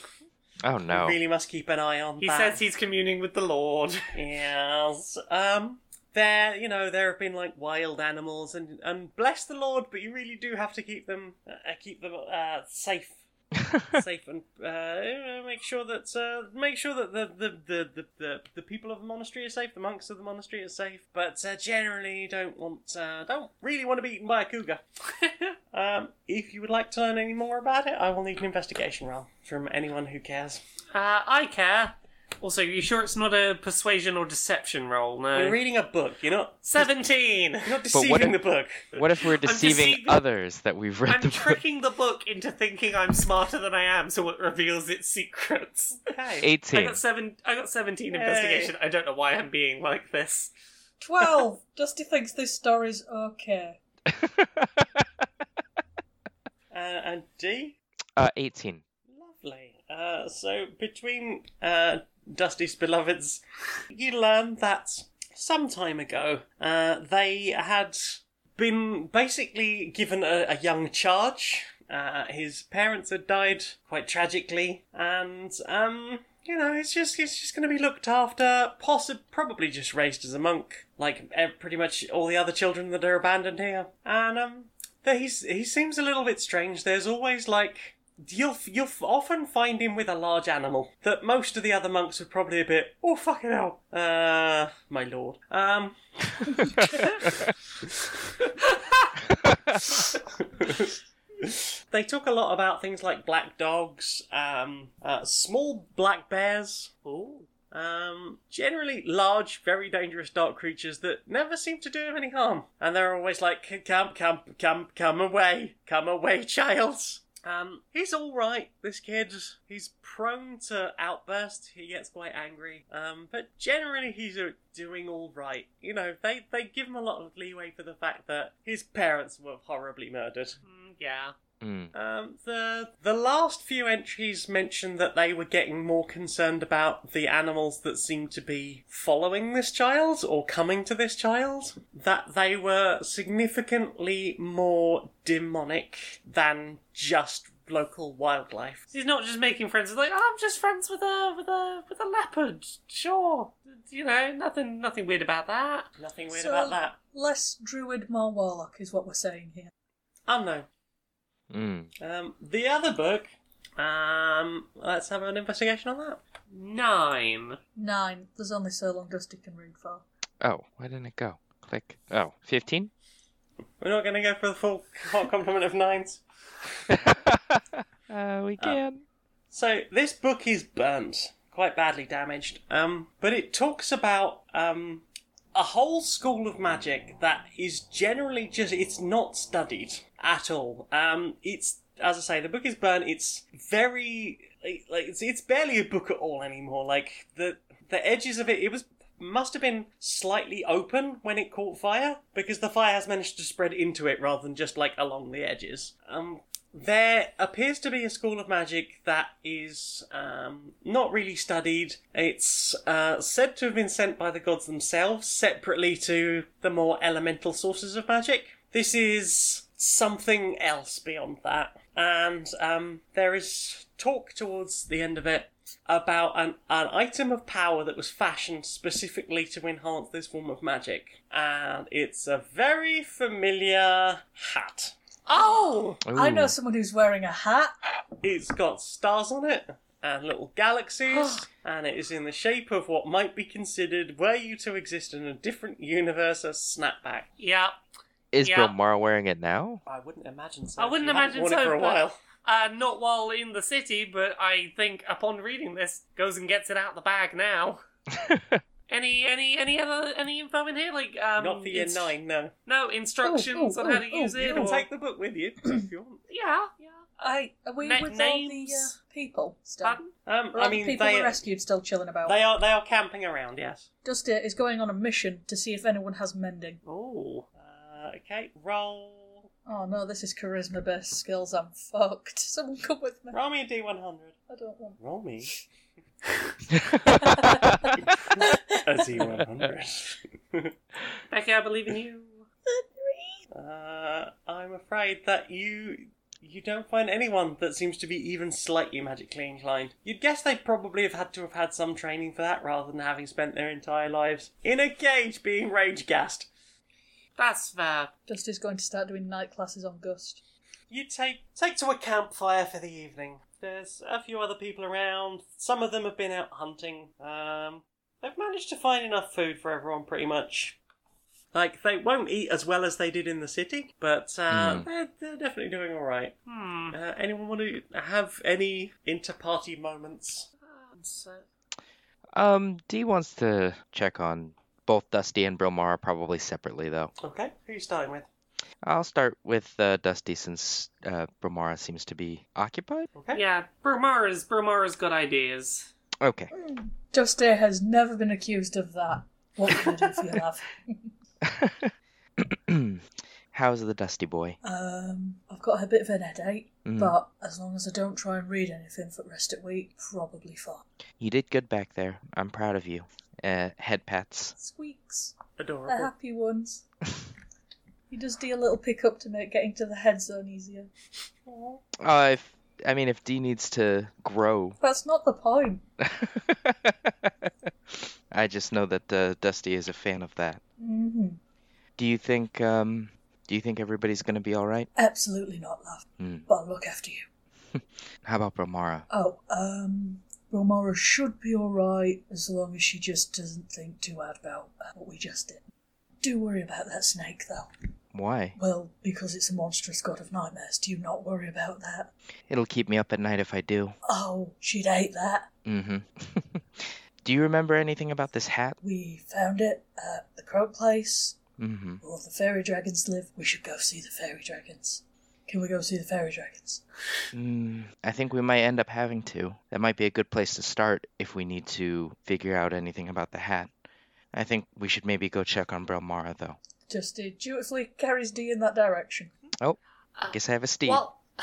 Speaker 1: Oh no.
Speaker 2: Really must keep an eye on
Speaker 4: He
Speaker 2: that.
Speaker 4: says he's communing with the Lord.
Speaker 2: Yes. Um. There, you know, there have been like wild animals, and and bless the Lord, but you really do have to keep them, uh, keep them uh, safe, safe, and uh, make sure that uh, make sure that the the, the, the, the the people of the monastery are safe, the monks of the monastery are safe. But uh, generally, you don't want uh, don't really want to be eaten by a cougar. um, if you would like to learn any more about it, I will need an investigation roll from anyone who cares.
Speaker 4: Uh, I care. Also, you sure it's not a persuasion or deception roll? No.
Speaker 2: You're reading a book. You're not
Speaker 4: Seventeen.
Speaker 2: you're not
Speaker 1: what
Speaker 2: deceiving
Speaker 1: if-
Speaker 2: the book.
Speaker 1: What if we're deceiving
Speaker 4: deceiving-
Speaker 1: others that we've read
Speaker 4: I'm
Speaker 1: the book?
Speaker 4: tricking the book into thinking I'm smarter than I am, so it reveals its secrets.
Speaker 2: Hey,
Speaker 1: 18.
Speaker 4: I got seven. I got seventeen
Speaker 2: Yay.
Speaker 4: investigation. I don't know why I'm being like this.
Speaker 3: 12! Dusty thinks this story's okay.
Speaker 2: uh, and D,
Speaker 1: uh, 18.
Speaker 2: lovely. Uh, so between uh, Dusty's beloveds, you learn that some time ago uh, they had been basically given a, a young charge. Uh, his parents had died quite tragically, and um, you know, it's just it's just going to be looked after, possibly probably just raised as a monk, like ev- pretty much all the other children that are abandoned here. And um, that he's he seems a little bit strange. There's always like you'll you'll often find him with a large animal that most of the other monks would probably a bit oh fucking hell uh my lord um they talk a lot about things like black dogs um uh, small black bears
Speaker 4: Ooh.
Speaker 2: um, generally large, very dangerous dark creatures that never seem to do him any harm. And they're always like, come, come, come, come away, come away, child. Um, he's alright, this kid. He's prone to outbursts. He gets quite angry. Um, but generally he's uh, doing alright. You know, they, they give him a lot of leeway for the fact that his parents were horribly murdered.
Speaker 4: Mm, yeah.
Speaker 1: Mm.
Speaker 2: Um, the the last few entries mentioned that they were getting more concerned about the animals that seemed to be following this child or coming to this child. That they were significantly more demonic than just local wildlife.
Speaker 4: He's not just making friends. He's like, oh, I'm just friends with a with a with a leopard. Sure, you know, nothing nothing weird about that.
Speaker 2: Nothing weird
Speaker 3: So-
Speaker 2: about that.
Speaker 3: Less druid, more warlock is what we're saying here.
Speaker 2: Unknown.
Speaker 1: Mm.
Speaker 2: Oh, Um, the other book. Um, let's have an investigation on that.
Speaker 4: Nine.
Speaker 3: Nine. There's only so long Dusty can read for.
Speaker 1: Oh, why didn't it go? Click. Oh, 15?
Speaker 2: We're not going to go for the full complement of nines.
Speaker 1: uh, we can.
Speaker 2: So this book is burnt, quite badly damaged. Um, but it talks about um a whole school of magic that is generally just it's not studied at all. Um, it's as I say, the book is burnt. It's very like like, it's it's barely a book at all anymore. Like the the edges of it, it was must have been slightly open when it caught fire because the fire has managed to spread into it rather than just like along the edges. Um, there appears to be a school of magic that is um, not really studied. It's uh, said to have been sent by the gods themselves separately to the more elemental sources of magic. This is something else beyond that. And um, there is talk towards the end of it about an, an item of power that was fashioned specifically to enhance this form of magic. And it's a very familiar hat.
Speaker 4: Oh,
Speaker 3: I know
Speaker 1: Ooh.
Speaker 3: someone who's wearing a hat.
Speaker 2: It's got stars on it and little galaxies, and it is in the shape of what might be considered, were you to exist in a different universe, a snapback.
Speaker 4: yeah.
Speaker 1: Is
Speaker 4: Yeah.
Speaker 1: Bill Maher wearing it now?
Speaker 2: I wouldn't imagine so.
Speaker 4: I wouldn't
Speaker 2: You haven't
Speaker 4: imagine
Speaker 2: worn it
Speaker 4: so,
Speaker 2: for a
Speaker 4: but-
Speaker 2: while.
Speaker 4: Uh, not while in the city, but I think upon reading this, goes and gets it out the bag now. any any any other any info in here? Like um,
Speaker 2: Not for year
Speaker 4: inst-
Speaker 2: nine, no.
Speaker 4: No instructions
Speaker 3: Oh, oh,
Speaker 4: on how to
Speaker 3: oh, oh,
Speaker 4: use
Speaker 2: You
Speaker 4: it.
Speaker 2: can
Speaker 4: Or...
Speaker 2: take the book with you if you want.
Speaker 4: Yeah, yeah.
Speaker 3: I are we
Speaker 4: Na-
Speaker 3: with all the uh,
Speaker 4: names?
Speaker 3: people still?
Speaker 4: Pardon?
Speaker 2: Um,
Speaker 3: Are all
Speaker 2: I
Speaker 3: the
Speaker 2: mean,
Speaker 3: people we
Speaker 2: they,
Speaker 3: rescued still chilling about?
Speaker 2: they are they are camping around. Yes.
Speaker 3: Dusty is going on a mission to see if anyone has mending.
Speaker 4: Oh,
Speaker 2: Uh, okay, roll
Speaker 3: Oh no, this is charisma based skills. I'm fucked. Someone come with me.
Speaker 2: Roll me a D100.
Speaker 3: I don't want.
Speaker 2: Roll me
Speaker 1: Three.
Speaker 2: a D100.
Speaker 4: Uh, Becky, I believe in you.
Speaker 2: Uh, I'm afraid that you you don't find anyone that seems to be even slightly magically inclined. You'd guess they'd probably have had to have had some training for that rather than having spent their entire lives in a cage being rage gassed.
Speaker 4: That's fair.
Speaker 3: Dusty's going to start doing night classes on Gust.
Speaker 2: You take take to a campfire for the evening. There's a few other people around. Some of them have been out hunting. Um, they've managed to find enough food for everyone pretty much. Like they won't eat as well as they did in the city, but uh,
Speaker 1: Hmm.
Speaker 2: they're, they're definitely doing all right.
Speaker 4: Hmm.
Speaker 2: Uh, anyone want to have any inter-party moments?
Speaker 4: And so-
Speaker 1: um, Dee wants to check on both Dusty and Bromar, probably separately though.
Speaker 2: Okay, who are you starting with?
Speaker 1: I'll start with uh, Dusty since uh, Bromara seems to be occupied.
Speaker 2: Okay.
Speaker 4: yeah, Brumara's Brumara's got ideas.
Speaker 1: Okay.
Speaker 3: Dusty has never been accused of that. What can I do for you, love?
Speaker 1: How's the Dusty boy?
Speaker 3: Um, I've got a bit of an headache,
Speaker 1: Mm.
Speaker 3: but as long as I don't try and read anything for the rest of the week, probably fine.
Speaker 1: You did good back there. I'm proud of you. Uh, head pats.
Speaker 3: Squeaks. They're
Speaker 4: Uh-huh.
Speaker 2: Adorable.
Speaker 3: happy ones. He does do a little pickup to make getting to the head zone easier.
Speaker 1: Uh, if, I mean, if Dee needs to grow,
Speaker 3: That's not the point.
Speaker 1: I just know that uh, Dusty is a fan of that.
Speaker 3: hmm
Speaker 1: Do you think? Um, do you think everybody's gonna be all right?
Speaker 3: Absolutely not, love.
Speaker 1: Mm.
Speaker 3: But I'll look after you.
Speaker 1: How about Bromara?
Speaker 3: Oh, um, Romara should be alright as long as she just doesn't think too hard about uh, what we just did. Do worry about that snake, though.
Speaker 1: Why?
Speaker 3: Well, because it's a monstrous god of nightmares, do you not worry about that?
Speaker 1: It'll keep me up at night if I do.
Speaker 3: Oh, she'd hate that.
Speaker 1: Mm-hmm. do you remember anything about this hat?
Speaker 3: We found it at the crow place
Speaker 1: Mm-hmm.
Speaker 3: where all the fairy dragons live. We should go see the fairy dragons. Can we go see the fairy dragons?
Speaker 1: Mm, I think we might end up having to. That might be a good place to start if we need to figure out anything about the hat. I think we should maybe go check on Bromara though.
Speaker 3: Dusty dutifully carries D in that direction.
Speaker 4: Uh,
Speaker 1: Guess I have a steed.
Speaker 4: Well,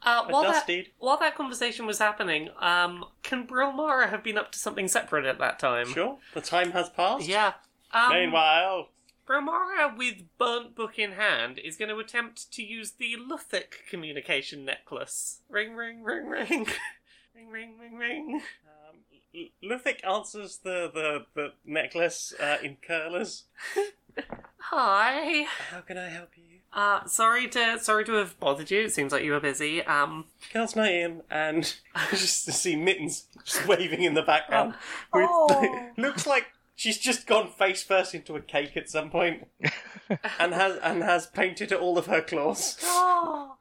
Speaker 4: uh,
Speaker 2: A
Speaker 4: while that
Speaker 2: dusty.
Speaker 4: while that conversation was happening, um, can Brumara have been up to something separate at that time?
Speaker 2: Sure. The time has passed.
Speaker 4: Yeah. Um,
Speaker 2: Meanwhile,
Speaker 4: Bromara, with burnt book in hand, is going to attempt to use the Luthic communication necklace. Ring, ring, ring, ring. ring, ring, ring, ring.
Speaker 2: um, L- Luthic answers the the, the necklace uh, in curlers.
Speaker 4: Hi.
Speaker 2: How can I help you?
Speaker 4: Uh, sorry to sorry to have bothered you. It seems like you were busy. Um,
Speaker 2: Curls night in, and I just see mittens just waving in the background. with-
Speaker 3: Oh.
Speaker 2: looks like she's just gone face first into a cake at some point, and has and has painted all of her claws.
Speaker 4: oh.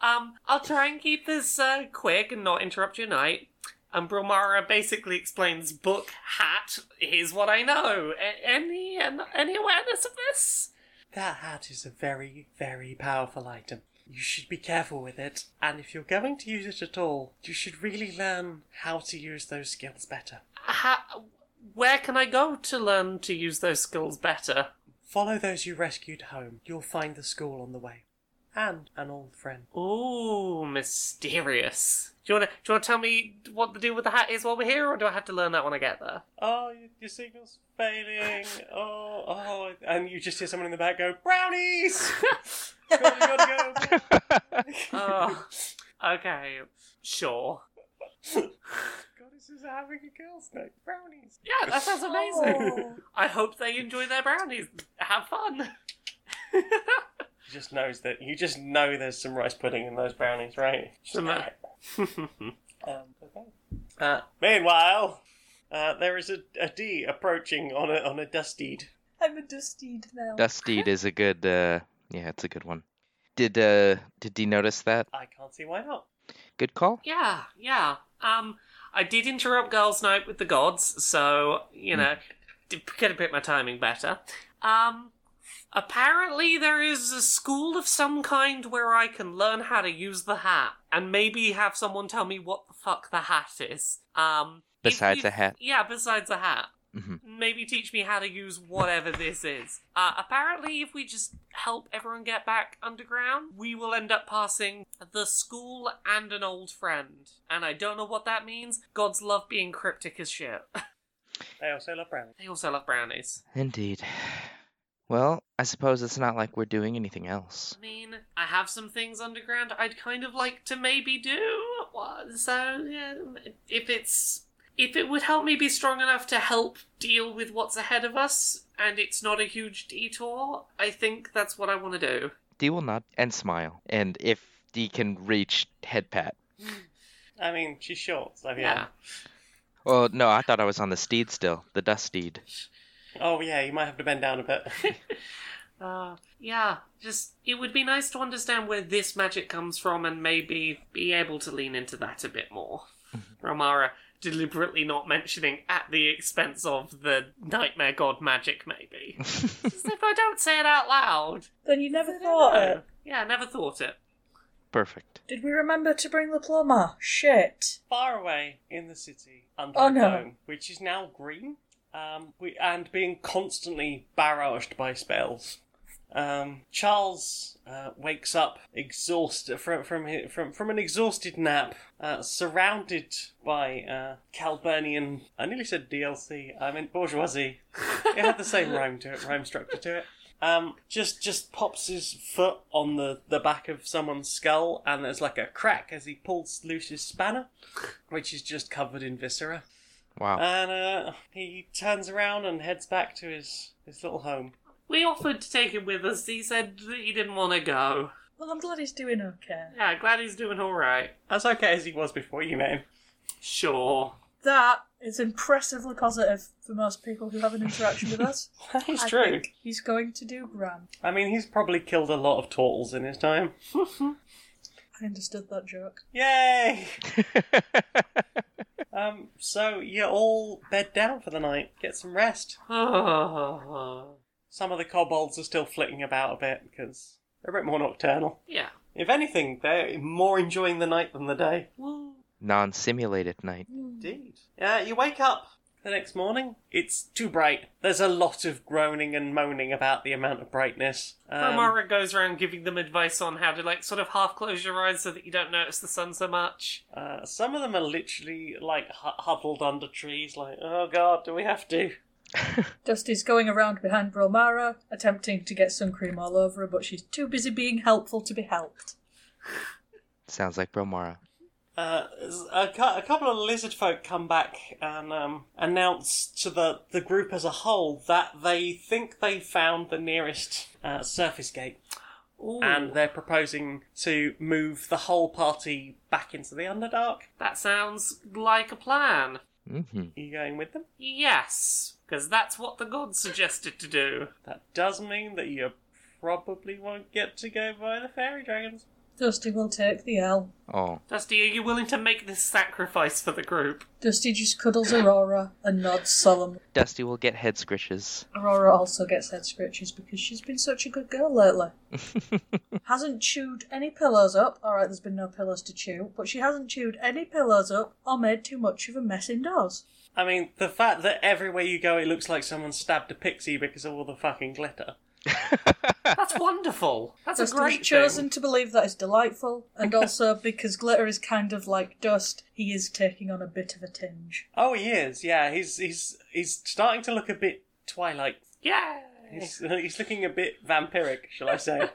Speaker 4: um, I'll try and keep this uh, quick and not interrupt your night. And Bromara basically explains book hat. Here's what I know. A- any an- any awareness of this?
Speaker 2: That hat is a very, very powerful item. You should be careful with it, and if you're going to use it at all, you should really learn how to use those skills better.
Speaker 4: Ha- where can I go to learn to use those skills better?
Speaker 2: Follow those you rescued home. You'll find the school on the way. And an old friend.
Speaker 4: Ooh, mysterious. Do you want to do you want to tell me what the deal with the hat is while we're here, or do I have to learn that when I get there?
Speaker 2: Oh, y- your signal's failing. Oh, oh. And you just hear someone in the back go, Brownies! Go, gotta go.
Speaker 4: Oh, okay, sure.
Speaker 2: Goddesses are having a girl's night. Brownies.
Speaker 4: Yeah, that sounds amazing.
Speaker 3: Oh,
Speaker 4: I hope they enjoy their brownies. Have fun.
Speaker 2: You just knows that. You just know there's some rice pudding in those brownies, right?
Speaker 4: Some, uh,
Speaker 2: Um, okay. Uh, meanwhile, uh, there is a, a D approaching on a on a dustied.
Speaker 3: I'm a Dusty now.
Speaker 1: Dusteed is a good. Uh, yeah, it's a good one. Did uh, did Dee notice that?
Speaker 2: I can't see why not.
Speaker 1: Good call.
Speaker 4: yeah, yeah. Um, I did interrupt girls' night with the gods, so
Speaker 1: Hmm.
Speaker 4: you know, d- could have picked my timing better. Um, apparently there is a school of some kind where I can learn how to use the hat, and maybe have someone tell me what the fuck the hat is. Um, if
Speaker 1: Besides
Speaker 4: you-
Speaker 1: the hat.
Speaker 4: Yeah, besides a hat.
Speaker 1: Mhm.
Speaker 4: Maybe teach me how to use whatever this is. Uh, apparently, if we just help everyone get back underground, we will end up passing the school and an old friend. And I don't know what that means. Gods love being cryptic as shit.
Speaker 2: They also love brownies.
Speaker 4: they also love brownies.
Speaker 1: Indeed. Well, I suppose it's not like we're doing anything else.
Speaker 4: I mean, I have some things underground I'd kind of like to maybe do. Wha- So, yeah, if it's. If it would help me be strong enough to help deal with what's ahead of us, and it's not a huge detour, I think that's what I want to do.
Speaker 1: Dee will nod and smile, and if Dee can reach, head pat.
Speaker 2: I mean, she's short, so yeah.
Speaker 1: Well, no, I thought I was on the steed still, the dust steed.
Speaker 2: Oh yeah, you might have to bend down a bit.
Speaker 4: Yeah. Uh, yeah. Just, it would be nice to understand where this magic comes from and maybe be able to lean into that a bit more. Romara deliberately not mentioning at the expense of the nightmare god magic, maybe. Just if I don't say it out loud.
Speaker 3: Then you never thought it.
Speaker 4: Yeah, I never thought it.
Speaker 1: Perfect.
Speaker 3: Did we remember to bring the plumber? Shit.
Speaker 2: Far away in the city, under
Speaker 3: Oh,
Speaker 2: a
Speaker 3: no.
Speaker 2: dome, which is now green, um, we, and being constantly barraged by spells. Um, Charles uh, wakes up exhausted from from hi- from from an exhausted nap, uh, surrounded by uh, Calburnian. I nearly said DLC. I meant bourgeoisie. it had the same rhyme to it, rhyme structure to it. Um, just just pops his foot on the, the back of someone's skull, and there's like a crack as he pulls loose his spanner, which is just covered in viscera.
Speaker 1: Wow.
Speaker 2: And uh, he turns around and heads back to his, his little home.
Speaker 4: We offered to take him with us. He said that he didn't want to go.
Speaker 3: Well, I'm glad he's doing okay.
Speaker 4: Yeah, glad he's doing all right.
Speaker 2: As okay as he was before you met him.
Speaker 4: Sure.
Speaker 3: That is impressively positive for most people who have an interaction with us.
Speaker 2: That is
Speaker 3: I
Speaker 2: true.
Speaker 3: think he's going to do grand.
Speaker 2: I mean, he's probably killed a lot of turtles in his time.
Speaker 3: I understood that joke.
Speaker 2: Yay! Um, so you're all bed down for the night. Get some rest. Some of the kobolds are still flitting about a bit because they're a bit more nocturnal.
Speaker 4: yeah.
Speaker 2: If anything, they're more enjoying the night than the day.
Speaker 4: Well,
Speaker 1: non simulated night.
Speaker 2: Indeed. Uh, you wake up the next morning. It's too bright. There's a lot of groaning and moaning about the amount of brightness. Um,
Speaker 4: Romara goes around giving them advice on how to, like, sort of half close your eyes so that you don't notice the sun so much.
Speaker 2: uh, some of them are literally like hu- huddled under trees, like, oh god, do we have to?
Speaker 3: Dusty's going around behind Bromara, attempting to get sun cream all over her, but she's too busy being helpful to be helped.
Speaker 1: Sounds like Bromara.
Speaker 2: Uh, a, cou- a couple of lizard folk come back and um, announce to the, the group as a whole that they think they found the nearest uh, surface gate
Speaker 4: Ooh,
Speaker 2: and they're proposing to move the whole party back into the Underdark.
Speaker 4: that sounds like a plan.
Speaker 1: hmm
Speaker 2: Are you going with them?
Speaker 4: Yes, because that's what the gods suggested to do.
Speaker 2: That does mean that you probably won't get to go by the fairy dragons.
Speaker 3: Dusty will take the L.
Speaker 1: Oh,
Speaker 4: Dusty, are you willing to make this sacrifice for the group?
Speaker 3: Dusty just cuddles Aurora and nods solemnly.
Speaker 1: Dusty will get head scritches.
Speaker 3: Aurora also gets head scratches because she's been such a good girl lately. hasn't chewed any pillows up. Alright, there's been no pillows to chew, but she hasn't chewed any pillows up or made too much of a mess indoors.
Speaker 2: I mean, the fact that everywhere you go it looks like someone stabbed a pixie because of all the fucking glitter.
Speaker 4: That's wonderful. That's a
Speaker 3: Dusty
Speaker 4: great
Speaker 3: has chosen
Speaker 4: thing.
Speaker 3: to believe that is delightful, and also because glitter is kind of like dust, he is taking on a bit of a tinge.
Speaker 2: Oh, he is. Yeah, he's he's he's starting to look a bit Twilight.
Speaker 4: Yeah.
Speaker 2: He's, he's looking a bit vampiric, shall I say?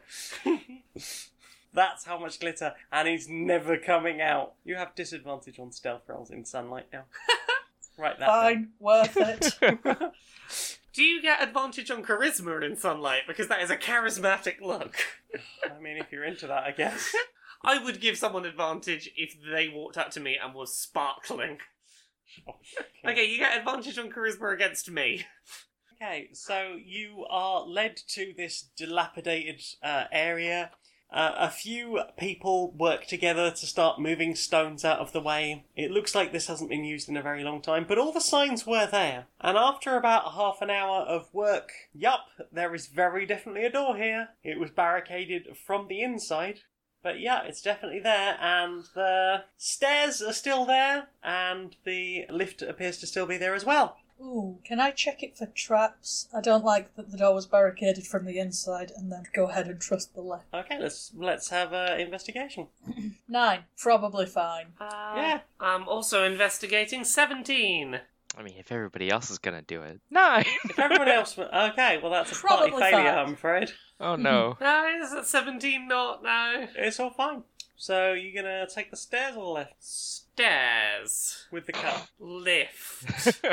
Speaker 2: That's how much glitter, and he's never coming out. You have disadvantage on stealth rolls in sunlight now. right, that. down.
Speaker 3: Fine, worth it.
Speaker 4: Do you get advantage on charisma in sunlight? Because that is a charismatic look.
Speaker 2: I mean, if you're into that, I guess.
Speaker 4: I would give someone advantage if they walked up to me and was sparkling. Okay, you get advantage on charisma against me.
Speaker 2: Okay, so you are led to this dilapidated uh, area. Uh, a few people work together to start moving stones out of the way. It looks like this hasn't been used in a very long time, but all the signs were there. And after about half an hour of work, yup, there is very definitely a door here. It was barricaded from the inside. But yeah, it's definitely there, and the stairs are still there, and the lift appears to still be there as well.
Speaker 3: Ooh, can I check it for traps? I don't like that the door was barricaded from the inside and then go ahead and trust the left.
Speaker 2: Okay, let's let's have an investigation.
Speaker 3: Nine. Probably fine.
Speaker 4: Uh,
Speaker 2: Yeah.
Speaker 4: I'm also investigating 17.
Speaker 1: I mean, if everybody else is gonna do it, no.
Speaker 2: If everyone else, okay, well that's a party
Speaker 3: Probably
Speaker 2: failure,
Speaker 3: fine.
Speaker 2: I'm afraid.
Speaker 1: oh no.
Speaker 4: No, is it 17 not? No.
Speaker 2: It's all fine. So you're gonna take the stairs or the left
Speaker 4: Stairs.
Speaker 2: with the car?
Speaker 4: Lift.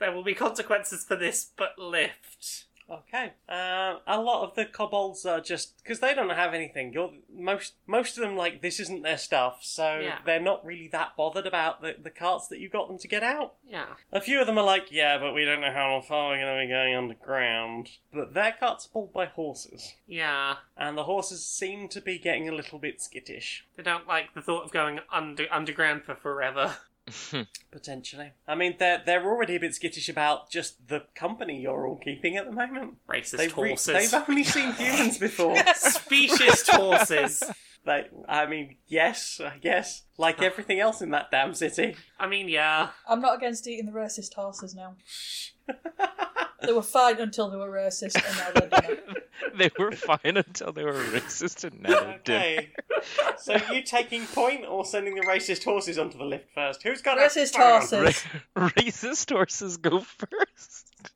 Speaker 4: there will be consequences for this, but lift.
Speaker 2: Okay. Um, a lot of the kobolds are just because they don't have anything. You're most most of them like this isn't their stuff, so
Speaker 4: Yeah.
Speaker 2: they're not really that bothered about the, the carts that you got them to get out.
Speaker 4: Yeah.
Speaker 2: A few of them are like, yeah, but we don't know how far we're going to be going underground. But their carts are pulled by horses,
Speaker 4: Yeah.
Speaker 2: and the horses seem to be getting a little bit skittish.
Speaker 4: They don't like the thought of going under underground for forever.
Speaker 2: Potentially. I mean, they're they're already a bit skittish about just the company you're all keeping at the moment.
Speaker 4: Racist
Speaker 2: They've, re-
Speaker 4: horses.
Speaker 2: they've only seen humans before.
Speaker 4: Specious horses.
Speaker 2: Like, I mean, yes, I guess. Like everything else in that damn city.
Speaker 4: I mean, yeah.
Speaker 3: I'm not against eating the racist horses now. they were fine until they were racist, and now they're dinner.
Speaker 1: they were fine until they were racist, and now they're dead.
Speaker 2: Okay. so you taking point or sending the racist horses onto the lift first? Who's got
Speaker 3: Racist
Speaker 2: a phone?
Speaker 1: Ra-
Speaker 3: horses.
Speaker 1: racist horses go first.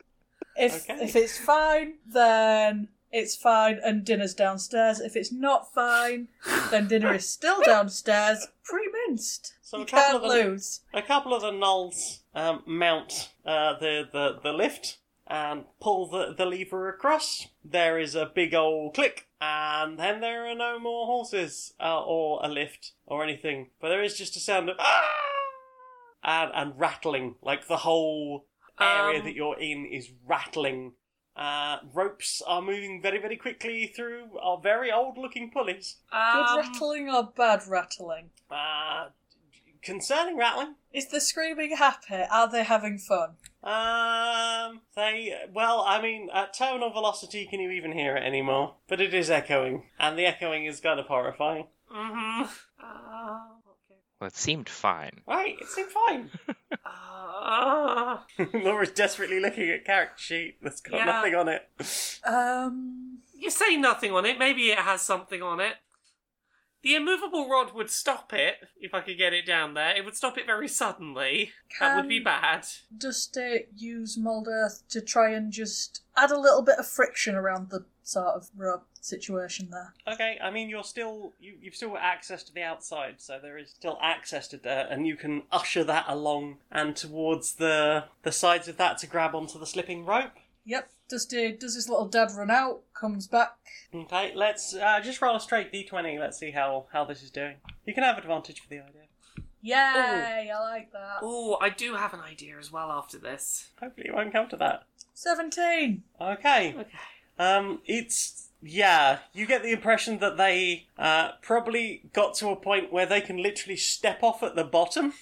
Speaker 3: If
Speaker 2: Okay.
Speaker 3: if it's fine, then it's fine, and dinner's downstairs. If it's not fine, then dinner is still downstairs, pre-minced.
Speaker 2: So a
Speaker 3: you
Speaker 2: couple
Speaker 3: can't
Speaker 2: of the,
Speaker 3: lose.
Speaker 2: a couple of the nulls um, mount uh, the, the the lift and pull the, the lever across. There is a big old click, and then there are no more horses uh, or a lift or anything. But there is just a sound of ah! and and rattling like the whole area
Speaker 4: Um,
Speaker 2: that you're in is rattling. Uh, ropes are moving very, very quickly through our very old-looking pulleys.
Speaker 3: Good
Speaker 4: Um,
Speaker 3: rattling or bad rattling?
Speaker 2: Uh, concerning rattling,
Speaker 3: Is the screaming happy? Are they having fun?
Speaker 2: um, they well, I mean, at terminal velocity, can you even hear it anymore? But it is echoing, and the echoing is kind of horrifying.
Speaker 4: Mm-hmm. Uh, okay.
Speaker 1: Well, it seemed fine.
Speaker 2: Right, it seemed fine.
Speaker 4: Uh,
Speaker 2: Laura's desperately looking at character sheet that's got
Speaker 4: Yeah.
Speaker 2: nothing on it.
Speaker 3: Um,
Speaker 4: you say nothing on it. Maybe it has something on it. The immovable rod would stop it if I could get it down there. It would stop it very suddenly. that would be
Speaker 3: Can-
Speaker 4: bad.
Speaker 3: does it use mold earth to try and just add a little bit of friction around the sort of rope situation there?
Speaker 2: Okay, I mean, you're still you, you've still got access to the outside, so there is still access to that, and you can usher that along and towards the the sides of that to grab onto the slipping rope.
Speaker 3: Yep. Dusty does his little dad run out, comes back.
Speaker 2: Okay, let's uh, just roll a straight d20. Let's see how how this is doing. You can have advantage for the idea.
Speaker 3: Yay, I like that.
Speaker 4: Oh, I do have an idea as well after this.
Speaker 2: Hopefully, it won't come to that.
Speaker 3: 17.
Speaker 2: Okay.
Speaker 4: Okay.
Speaker 2: Um, it's yeah. You get the impression that they uh, probably got to a point where they can literally step off at the bottom.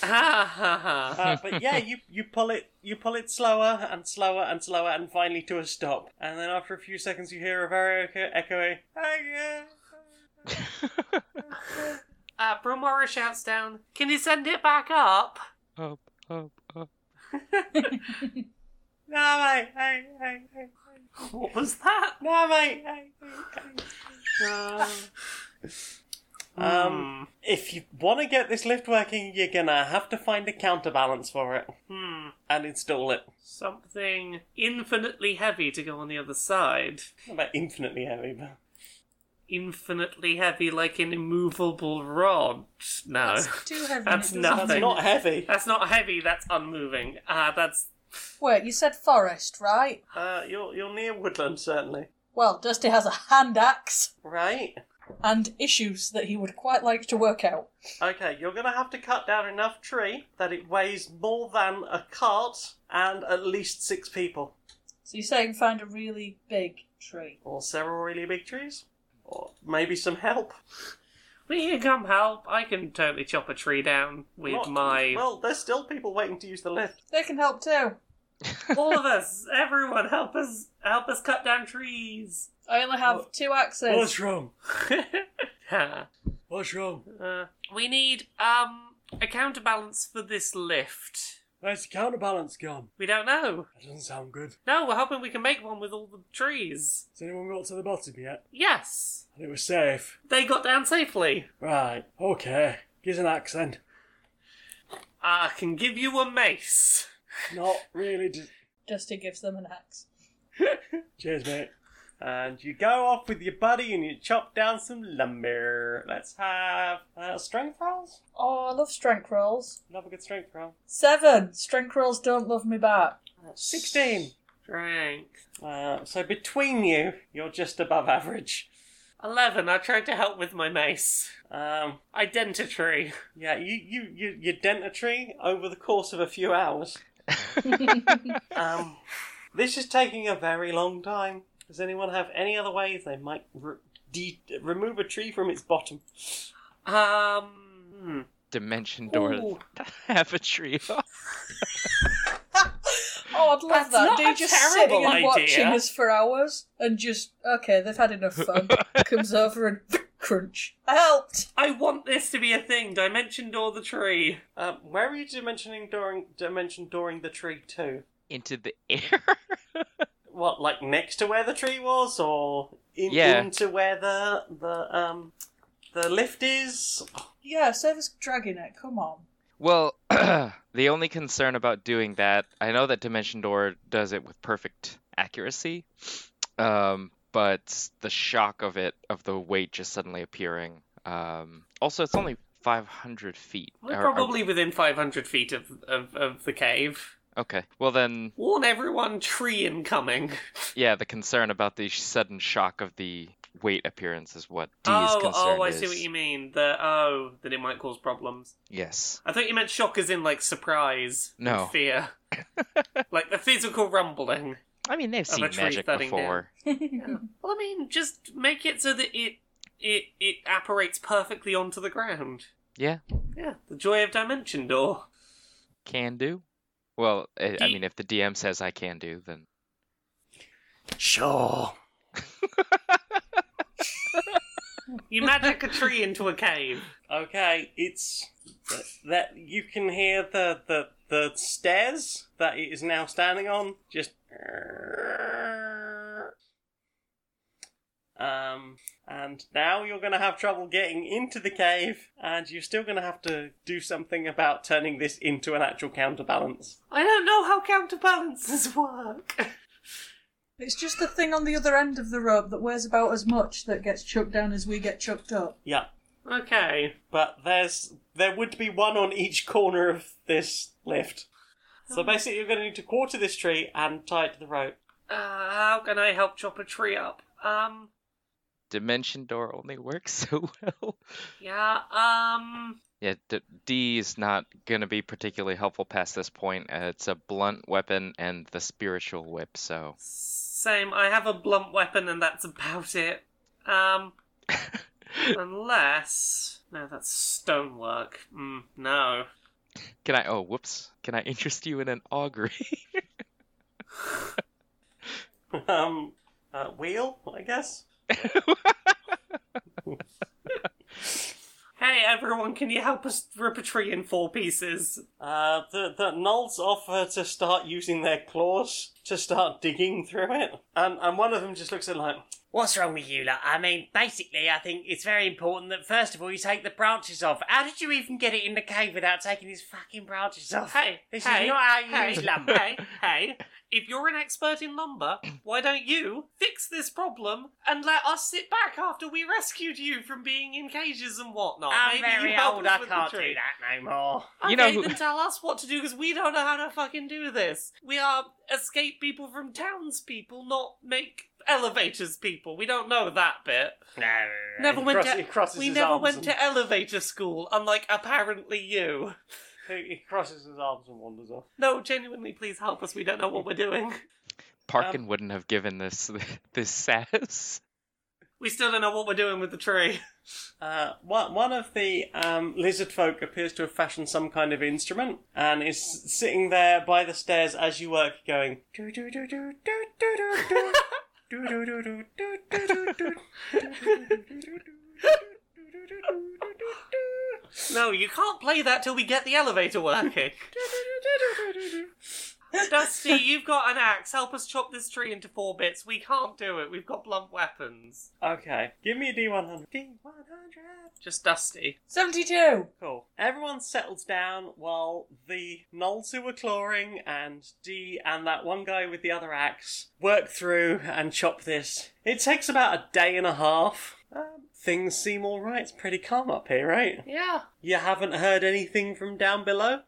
Speaker 4: Ha ha ha.
Speaker 2: Uh, but yeah, you you pull it you pull it slower and slower and slower and finally to a stop. And then after a few seconds, you hear a very echo- echoey. "Ah, yeah."
Speaker 4: Uh, Bromora shouts down, Can you send it back up?
Speaker 1: Up, up, up.
Speaker 2: No mate, hey, hey, hey, hey.
Speaker 4: What was that?
Speaker 2: no mate. Hey, hey, hey.
Speaker 4: Hmm.
Speaker 2: Um, If you want to get this lift working, you're gonna have to find a counterbalance for it
Speaker 4: Hmm. Hmm.
Speaker 2: and install it.
Speaker 4: Something infinitely heavy to go on the other side.
Speaker 2: Not about infinitely heavy, but
Speaker 4: Infinitely heavy, like an immovable rod. No.
Speaker 3: That's too heavy.
Speaker 4: That's
Speaker 3: It doesn't-
Speaker 4: nothing.
Speaker 2: that's not heavy.
Speaker 4: That's not heavy, that's unmoving. Ah, that's.
Speaker 3: Wait, you said forest, right?
Speaker 2: Uh, you're you're near woodland, certainly.
Speaker 3: Well, Dusty has a hand axe
Speaker 2: Right.
Speaker 3: and issues that he would quite like to work out.
Speaker 2: Okay, you're gonna have to cut down enough tree that it weighs more than a cart and at least six people,
Speaker 3: So you're saying find a really big tree.
Speaker 2: or several really big trees, or maybe some help.
Speaker 4: We can come help. I can totally chop a tree down with
Speaker 2: Not-
Speaker 4: my.
Speaker 2: Well, there's still people waiting to use the lift.
Speaker 3: They can help too.
Speaker 4: All of us, everyone, help us, help us cut down trees.
Speaker 3: I only have two axes.
Speaker 2: wrong?
Speaker 4: Ha.
Speaker 2: What's wrong?
Speaker 4: Uh, we need um a counterbalance for this lift.
Speaker 2: Where's the counterbalance gone?
Speaker 4: We don't know.
Speaker 2: That doesn't sound good.
Speaker 4: No, we're hoping we can make one with all the trees.
Speaker 2: Has anyone got to the bottom yet?
Speaker 4: Yes.
Speaker 2: And it was safe.
Speaker 4: They got down safely.
Speaker 2: Right, okay. Here's an accent.
Speaker 4: I can give you a mace.
Speaker 2: Not really. d
Speaker 3: Dusty gives them an axe.
Speaker 2: Cheers, mate. And you go off with your buddy and you chop down some lumber. Let's have uh, strength rolls.
Speaker 3: Oh, I love strength rolls.
Speaker 2: Love a good strength roll.
Speaker 3: Seven. Strength rolls don't love me back.
Speaker 2: Sixteen.
Speaker 4: Uh, Strength.
Speaker 2: Uh, so between you, you're just above average.
Speaker 4: Eleven. I tried to help with my mace.
Speaker 2: Um,
Speaker 4: Identity.
Speaker 2: yeah, you, you, you, your dentistry over the course of a few hours. Um, this is taking a very long time. Does anyone have any other ways they might re- de- remove a tree from its bottom?
Speaker 4: Um. hmm.
Speaker 1: Dimension door
Speaker 4: Ooh.
Speaker 1: half a tree.
Speaker 3: Oh, I'd love
Speaker 4: That's
Speaker 3: that.
Speaker 4: not
Speaker 3: Do you
Speaker 4: a
Speaker 3: just
Speaker 4: terrible
Speaker 3: sitting and
Speaker 4: idea.
Speaker 3: watching us for hours and just okay, they've had enough fun. Comes over and crunch. I helped.
Speaker 4: I want this to be a thing. Dimension door the tree.
Speaker 2: Um, where are you dimensioning during dimension during the tree to?
Speaker 1: Into the air.
Speaker 2: What, like next to where the tree was, or in,
Speaker 1: Yeah.
Speaker 2: into where the the um the lift is?
Speaker 3: Yeah, save us dragging it. Come on.
Speaker 1: Well, the only concern about doing that, I know that Dimension Door does it with perfect accuracy, um, but the shock of it, of the weight just suddenly appearing. Um, also, it's only 500 feet.
Speaker 4: We're
Speaker 1: Are- are-
Speaker 4: probably within 500 feet of, of, of the cave.
Speaker 1: okay. Well, then,
Speaker 4: Warn everyone, tree incoming.
Speaker 1: yeah, the concern about the sudden shock of the weight appearance is what D is
Speaker 4: oh,
Speaker 1: concerned
Speaker 4: oh, I
Speaker 1: is.
Speaker 4: see what you mean. The oh, that it might cause problems.
Speaker 1: Yes.
Speaker 4: I thought you meant shock as in like surprise, and
Speaker 1: No.
Speaker 4: fear, like the physical rumbling.
Speaker 1: I mean, they've
Speaker 4: Of a
Speaker 1: seen
Speaker 4: tree
Speaker 1: magic
Speaker 4: thudding down.
Speaker 1: before.
Speaker 4: Well, I mean, just make it so that it it it apparates perfectly onto the ground.
Speaker 1: Yeah,
Speaker 4: Yeah, the joy of dimension door.
Speaker 1: can do. Well, I, I
Speaker 4: D-
Speaker 1: mean, if the DM says I can do, then
Speaker 2: Sure.
Speaker 4: You magic a tree into a cave.
Speaker 2: Okay, it's that, that you can hear the, the the stairs that it is now standing on. Just um, and now you're going to have trouble getting into the cave, and you're still going to have to do something about turning this into an actual counterbalance.
Speaker 4: I don't know how counterbalances work.
Speaker 3: It's just the thing on the other end of the rope that weighs about as much that gets chucked down as we get chucked up.
Speaker 2: Yeah,
Speaker 4: okay.
Speaker 2: but there's there would be one on each corner of this lift. So basically, you're going to need to quarter this tree and tie it to the rope.
Speaker 4: Uh, how can I help chop a tree up? Um,
Speaker 1: Dimension Door only works so well.
Speaker 4: yeah, um,
Speaker 1: Yeah, D, D is not going to be particularly helpful past this point. Uh, it's a blunt weapon and the spiritual whip, so.
Speaker 4: same. I have a blunt weapon and that's about it. Um, unless. No, that's stonework. Mm, no.
Speaker 1: Can I. Oh, whoops. Can I interest you in an augury?
Speaker 2: um, uh, wheel, I guess.
Speaker 4: Hey, everyone, can you help us rip a tree in four pieces?
Speaker 2: Uh, the, the Nulls offer to start using their claws to start digging through it. And, and one of them just looks at it like,
Speaker 5: What's wrong with you lot? I mean, basically, I think it's very important that first of all you take the branches off. How did you even get it in the cave without taking these fucking branches off?
Speaker 4: Hey,
Speaker 5: this
Speaker 4: hey,
Speaker 5: is not how you
Speaker 4: hey,
Speaker 5: use lumber.
Speaker 4: Hey, hey, if you're an expert in lumber, why don't you fix this problem and let us sit back after we rescued you from being in cages and
Speaker 2: Oh,
Speaker 4: whatnot?
Speaker 5: I'm
Speaker 4: Maybe you
Speaker 5: very
Speaker 4: help
Speaker 5: old.
Speaker 4: us
Speaker 5: I
Speaker 4: with
Speaker 5: can't
Speaker 4: the
Speaker 5: do
Speaker 4: tree.
Speaker 5: that no more.
Speaker 4: Okay,
Speaker 1: You know who-
Speaker 4: then tell us what to do because we don't know how to fucking do this. We are escape people from townspeople, not make elevators people. We don't know that bit.
Speaker 5: No.
Speaker 4: Never
Speaker 2: he
Speaker 4: went
Speaker 2: cross-
Speaker 4: to
Speaker 2: he crosses
Speaker 4: we
Speaker 2: his
Speaker 4: never
Speaker 2: arms
Speaker 4: went
Speaker 2: and-
Speaker 4: to elevator school, unlike apparently you.
Speaker 2: he, he crosses his arms and wanders off.
Speaker 4: No, genuinely, please help us. We don't know what we're doing.
Speaker 1: Parkin
Speaker 4: Um,
Speaker 1: wouldn't have given this this sass.
Speaker 4: We still don't know what we're doing with the tree.
Speaker 2: Uh, one, one of the um, lizard folk appears to have fashioned some kind of instrument and is sitting there by the stairs as you work, going. "Doo doo doo doo doo doo doo doo. Doo doo doo doo doo doo doo doo. Doo doo doo doo doo doo doo doo doo doo doo doo."
Speaker 4: No, you can't play that till we get the elevator working. Dusty, you've got an axe. Help us chop this tree into four bits. We can't do it. We've got blunt weapons.
Speaker 5: Okay, give me a D100.
Speaker 4: D100. Just Dusty.
Speaker 3: 72!
Speaker 5: Cool.
Speaker 2: Everyone settles down while the gnolls who were clawing and D and that one guy with the other axe work through and chop this. It takes about a day and a half. Um, things seem alright. It's pretty calm up here, right?
Speaker 4: Yeah.
Speaker 2: You haven't heard anything from down below?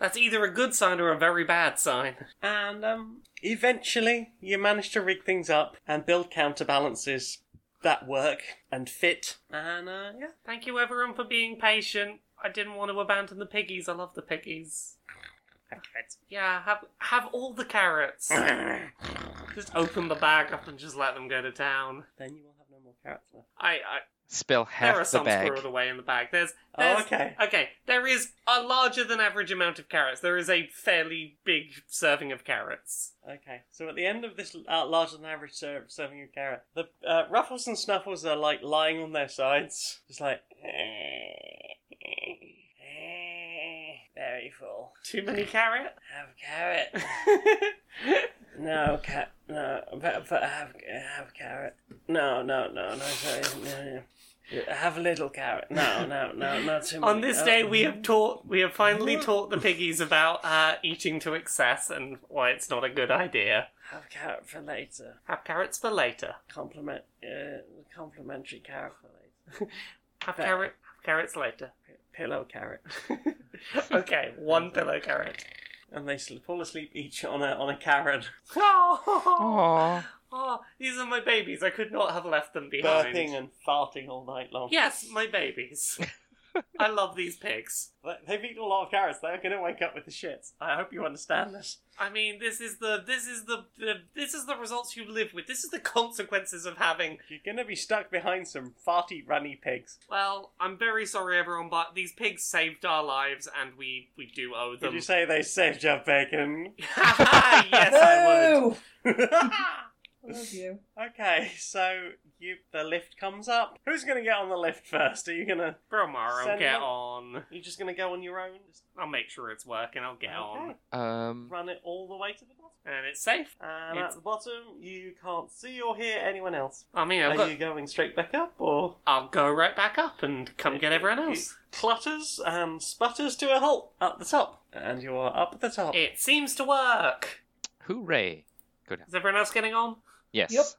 Speaker 4: That's either a good sign or a very bad sign.
Speaker 2: And um, eventually, you manage to rig things up and build counterbalances that work and fit. And uh, yeah,
Speaker 4: Thank you, everyone, for being patient. I didn't want to abandon the piggies. I love the piggies. Yeah, have have all the carrots. just open the bag up and just let them go to town.
Speaker 2: then you will have no more carrots left.
Speaker 4: I, I
Speaker 1: Spill half
Speaker 4: there are
Speaker 1: the
Speaker 4: some
Speaker 1: bag.
Speaker 4: squirreled away in the bag. There's,
Speaker 2: Oh,
Speaker 4: there's
Speaker 2: okay.
Speaker 4: okay. There is a larger than average amount of carrots. There is a fairly big serving of carrots.
Speaker 2: Okay, so at the end of this uh, larger than average ser- serving of carrot, the uh, Ruffles and Snuffles are like lying on their sides, just like. Very full.
Speaker 4: Too many carrot.
Speaker 2: Have carrot. No, cat. No, but, but have have carrot. No, no, no, no. Sorry, no, no. Have a little carrot. No, no, no, not too much.
Speaker 4: On this day, we have taught we have finally taught the piggies about uh, eating to excess and why it's not a good idea.
Speaker 2: have carrot for later.
Speaker 4: Have carrots for later.
Speaker 2: Compliment, uh, complimentary carrot for later.
Speaker 4: Have
Speaker 2: Fair.
Speaker 4: carrot. Have carrots later.
Speaker 2: Pillow carrot.
Speaker 4: okay, one pillow carrot.
Speaker 2: and they sl- fall asleep each on a on a carrot.
Speaker 4: Oh,
Speaker 1: Aww.
Speaker 4: oh, these are my babies. I could not have left them behind.
Speaker 2: Burping and farting all night long.
Speaker 4: Yes, my babies. I love these pigs.
Speaker 2: They- They've eaten a lot of carrots. They're going to wake up with the shits. I hope you understand this.
Speaker 4: I mean, this is the this is the, the this is the results you live with. This is the consequences of having.
Speaker 2: You're going to be stuck behind some farty, runny pigs.
Speaker 4: Well, I'm very sorry, everyone, but these pigs saved our lives, and we we do owe
Speaker 2: Did
Speaker 4: them.
Speaker 2: you say they saved your bacon?
Speaker 4: yes, I would.
Speaker 3: no!
Speaker 2: okay,
Speaker 3: I love you.
Speaker 2: so you the lift comes up. Who's going to get on the lift first? Are you going to?
Speaker 4: Bromar, I'll
Speaker 2: Send
Speaker 4: get
Speaker 2: them.
Speaker 4: on.
Speaker 2: You just going to go on your own? Just
Speaker 4: I'll make sure it's working. I'll get on,
Speaker 2: Okay.
Speaker 1: Um,
Speaker 2: Run it all the way to the bottom.
Speaker 4: and it's safe.
Speaker 2: And
Speaker 4: It's-
Speaker 2: at the bottom, you can't see or hear anyone else.
Speaker 4: I mean,
Speaker 2: Are
Speaker 4: I've got,
Speaker 2: you going straight back up or?
Speaker 4: I'll go right back up and come get everyone else.
Speaker 2: clutters and sputters to a halt at the top. And you are up at the top.
Speaker 4: It seems to work.
Speaker 1: hooray. Good.
Speaker 4: Is everyone else getting on?
Speaker 1: Yes.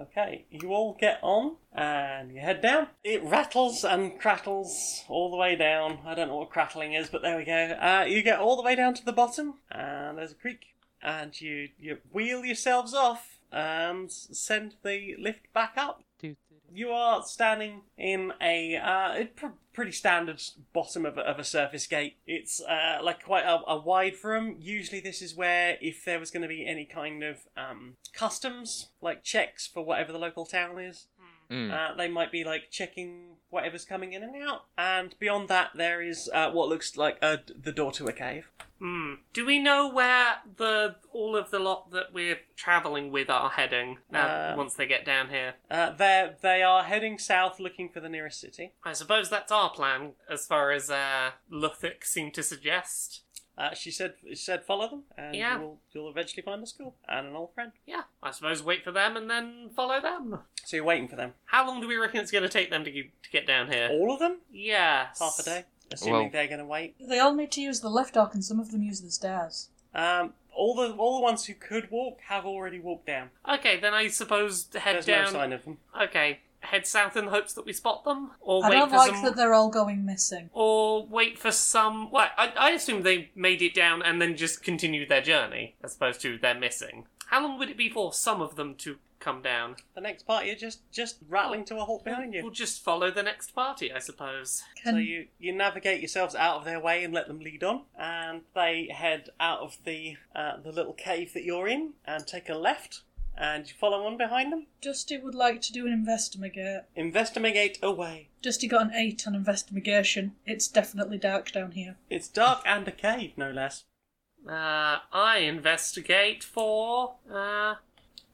Speaker 2: Okay, you all get on and you head down. It rattles and crackles all the way down. I don't know what crackling is, but there we go. Uh, you get all the way down to the bottom, and there's a creek. And you, you wheel yourselves off and send the lift back up.
Speaker 1: Do-
Speaker 2: You are standing in a uh, it pr- pretty standard bottom of a, of a surface gate. It's uh, like quite a, a wide room. Usually, this is where if there was going to be any kind of um, customs, like checks for whatever the local town is,
Speaker 1: Mm.
Speaker 2: uh, they might be like checking whatever's coming in and out. And beyond that, there is uh, what looks like uh, d- the door to a cave.
Speaker 4: Hmm. Do we know where the all of the lot that we're traveling with are heading now,
Speaker 2: Um,
Speaker 4: once they get down here?
Speaker 2: Uh, they they are heading south, looking for the nearest city.
Speaker 4: I suppose that's our plan, as far as uh, Luthic seemed to suggest.
Speaker 2: Uh, she said she said follow them, and
Speaker 4: Yeah.
Speaker 2: you'll you'll eventually find a school and an old friend.
Speaker 4: Yeah, I suppose wait for them and then follow them.
Speaker 2: So you're waiting for them.
Speaker 4: How long do we reckon it's going to take them to get, to get down here?
Speaker 2: All of them?
Speaker 4: Yes.
Speaker 2: Oh. Half a day. Assuming
Speaker 1: Well-
Speaker 2: they're going to wait.
Speaker 3: They all need to use the left arc and some of them use the stairs.
Speaker 2: Um, all the all the ones who could walk have already walked down.
Speaker 4: Okay, then I suppose head
Speaker 2: There's
Speaker 4: down.
Speaker 2: no sign of them.
Speaker 4: Okay, head south in the hopes that we spot them, or
Speaker 3: I
Speaker 4: wait
Speaker 3: don't
Speaker 4: for
Speaker 3: like
Speaker 4: some.
Speaker 3: that they're all going missing.
Speaker 4: Or wait for some. Well, I, I assume they made it down and then just continued their journey, as opposed to they're missing. How long would it be for some of them to come down?
Speaker 2: The next party are just just rattling to a halt behind
Speaker 4: We'll
Speaker 2: you.
Speaker 4: just follow the next party, I suppose.
Speaker 3: Can
Speaker 2: So you you navigate yourselves out of their way and let them lead on, and they head out of the uh, the little cave that you're in and take a left, and you follow on behind them.
Speaker 3: Dusty would like to do an investigate.
Speaker 2: Investigate away.
Speaker 3: Dusty got an eight on investigation. It's definitely dark down here.
Speaker 2: It's dark and a cave, no less.
Speaker 4: Uh, I investigate for uh,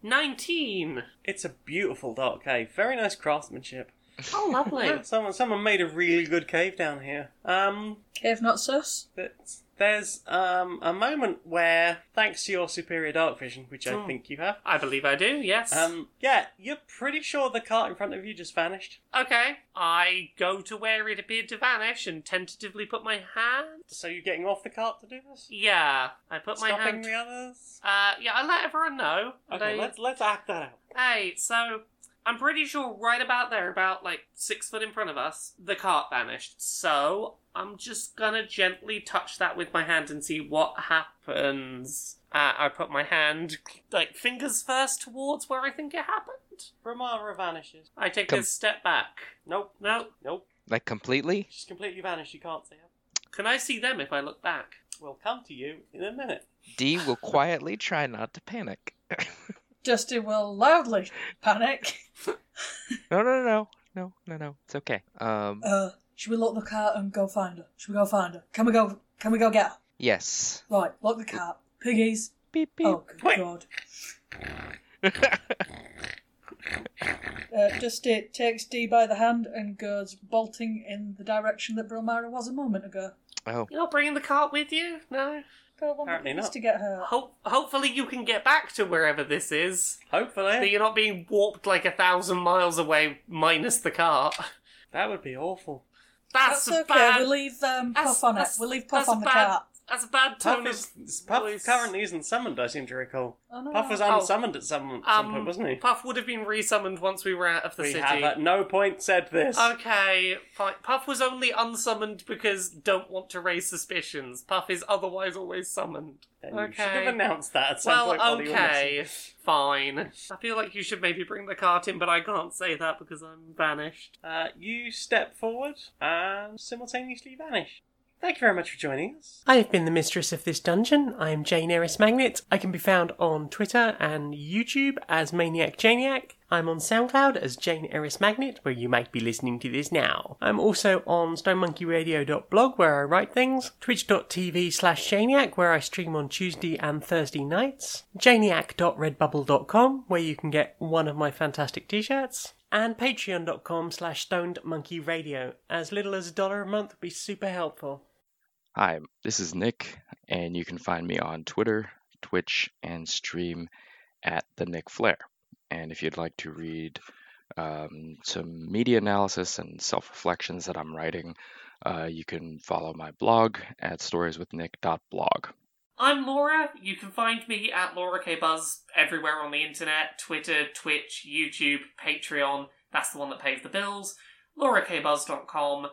Speaker 4: nineteen.
Speaker 2: It's a beautiful dark cave. Very nice craftsmanship.
Speaker 4: Oh, lovely.
Speaker 2: Yeah, someone someone made a really good cave down here. Um,
Speaker 3: Cave not sus.
Speaker 2: That's There's um, a moment where, thanks to your superior dark vision, which I
Speaker 4: Hmm.
Speaker 2: think you have,
Speaker 4: I believe I do, yes.
Speaker 2: um, yeah, you're pretty sure the cart in front of you just vanished.
Speaker 4: okay. I go to where it appeared to vanish and tentatively put my hand.
Speaker 2: So you're getting off the cart to do this?
Speaker 4: Yeah, I put my
Speaker 2: Stopping
Speaker 4: hand.
Speaker 2: the others?
Speaker 4: uh, yeah, I let everyone know. and
Speaker 2: Okay,
Speaker 4: I-
Speaker 2: let's let's act that out.
Speaker 4: Hey, so I'm pretty sure right about there, about like six foot in front of us, the cart vanished. So I'm just gonna gently touch that with my hand and see what happens. Uh, I put my hand, like fingers first, towards where I think it happened.
Speaker 2: Bramara vanishes.
Speaker 4: I take
Speaker 1: Com-
Speaker 4: a step back.
Speaker 2: Nope,
Speaker 4: No,
Speaker 2: nope.
Speaker 1: Like completely?
Speaker 2: She's completely vanished. You can't see her.
Speaker 4: can I see them if I look back?
Speaker 2: We'll come to you in a minute.
Speaker 1: D will quietly try not to panic.
Speaker 3: Dusty will loudly panic.
Speaker 1: No, no, no, no, no, no, no. It's okay. Um,
Speaker 3: Uh, should we lock the cart and go find her? Should we go find her? Can we go? Can we go get her?
Speaker 1: yes.
Speaker 3: Right, lock the cart. Piggies.
Speaker 1: Beep beep.
Speaker 3: Oh good
Speaker 2: Wait.
Speaker 3: god. Uh, Dusty takes D by the hand and goes bolting in the direction that Bromara was a moment ago.
Speaker 1: Oh,
Speaker 4: You're not bringing the cart with you? No.
Speaker 3: Girl, one
Speaker 2: Apparently
Speaker 3: needs
Speaker 2: not.
Speaker 3: to get her.
Speaker 4: Ho- hopefully you can get back to wherever this is. That
Speaker 2: Hopefully,
Speaker 4: you're not being warped like a thousand miles away, minus the cart.
Speaker 2: that would be awful.
Speaker 4: That's,
Speaker 3: That's
Speaker 4: a
Speaker 3: okay.
Speaker 4: bad.
Speaker 3: We'll leave um,
Speaker 4: that's-
Speaker 3: Puff on it.
Speaker 4: that's-
Speaker 3: We'll leave Puff
Speaker 4: that's
Speaker 3: on the
Speaker 4: a bad-
Speaker 3: cart.
Speaker 4: That's a bad
Speaker 2: Puff,
Speaker 4: tone.
Speaker 2: is,
Speaker 4: of
Speaker 2: Puff
Speaker 4: voice.
Speaker 2: currently isn't summoned, I seem to recall.
Speaker 3: Oh, no.
Speaker 2: Puff was
Speaker 4: Oh.
Speaker 2: unsummoned at some, some point,
Speaker 4: Um,
Speaker 2: wasn't he?
Speaker 4: Puff would have been resummoned once we were out of the
Speaker 2: We
Speaker 4: city.
Speaker 2: have at no point said this.
Speaker 4: Okay, fine. Puff was only unsummoned because don't want to raise suspicions. Puff is otherwise always summoned.
Speaker 2: And You should
Speaker 4: okay.
Speaker 2: have announced that at some point.
Speaker 4: well,
Speaker 2: while you were
Speaker 4: okay,
Speaker 2: missing.
Speaker 4: fine. I feel like you should maybe bring the cart in, but I can't say that because I'm vanished.
Speaker 2: Uh, you step forward and simultaneously vanish. Thank you very much for joining us.
Speaker 5: I have been the mistress of this dungeon. I am Jane Eris Magnet. I can be found on Twitter and YouTube as Maniac Janiac. I'm on SoundCloud as Jane Eris Magnet, where you might be listening to this now. I'm also on StoneMonkeyRadio.blog, where I write things, twitch.tv slash Janiac, where I stream on Tuesday and Thursday nights, janiac.redbubble.com, where you can get one of my fantastic t-shirts, and patreon.com slash stoned monkey radio. As little as a dollar a month would be super helpful.
Speaker 1: hi. This is Nick, and you can find me on Twitter, Twitch, and stream at the Nick Flair. And if you'd like to read um, some media analysis and self-reflections that I'm writing, uh, you can follow my blog at storieswithnick.blog.
Speaker 4: I'm Laura. You can find me at Laura K Buzz everywhere on the internet Twitter, Twitch, YouTube, Patreon. That's the one that pays the bills. LauraKBuzz.com. Uh,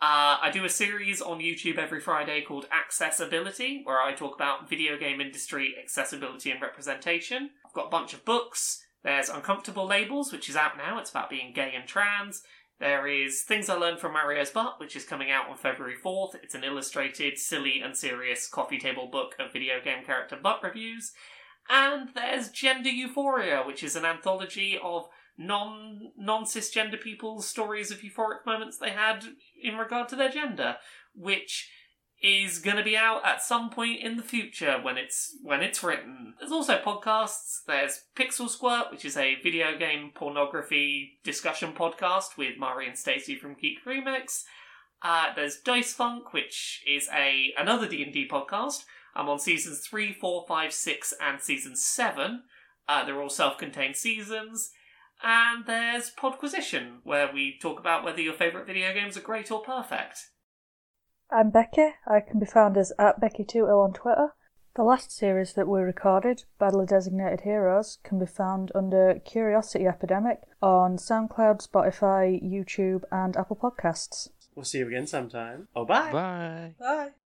Speaker 4: I do a series on YouTube every Friday called Accessibility, where I talk about video game industry accessibility and representation. I've got a bunch of books. There's Uncomfortable Labels, which is out now. It's about being gay and trans. There is Things I Learned from Mario's Butt, which is coming out on February 4th. It's an illustrated, silly, and serious coffee table book of video game character butt reviews. And there's Gender Euphoria, which is an anthology of non non cisgender people's stories of euphoric moments they had in regard to their gender, which is going to be out at some point in the future when it's when it's written. There's also podcasts. There's Pixel Squirt, which is a video game pornography discussion podcast with Mari and Stacey from Geek Remix. Uh, there's Dice Funk, which is a another D and D podcast. I'm on seasons three, four, five, six, and season seven. Uh, they're all self-contained seasons. And there's Podquisition, where we talk about whether your favourite video games are great or perfect.
Speaker 6: I'm Becky. I can be found as at Becky2L on Twitter. The last series that we recorded, Badly Designated Heroes, can be found under Curiosity Epidemic on SoundCloud, Spotify, YouTube, and Apple Podcasts.
Speaker 2: We'll see you again sometime. Oh, bye.
Speaker 1: Bye.
Speaker 3: Bye.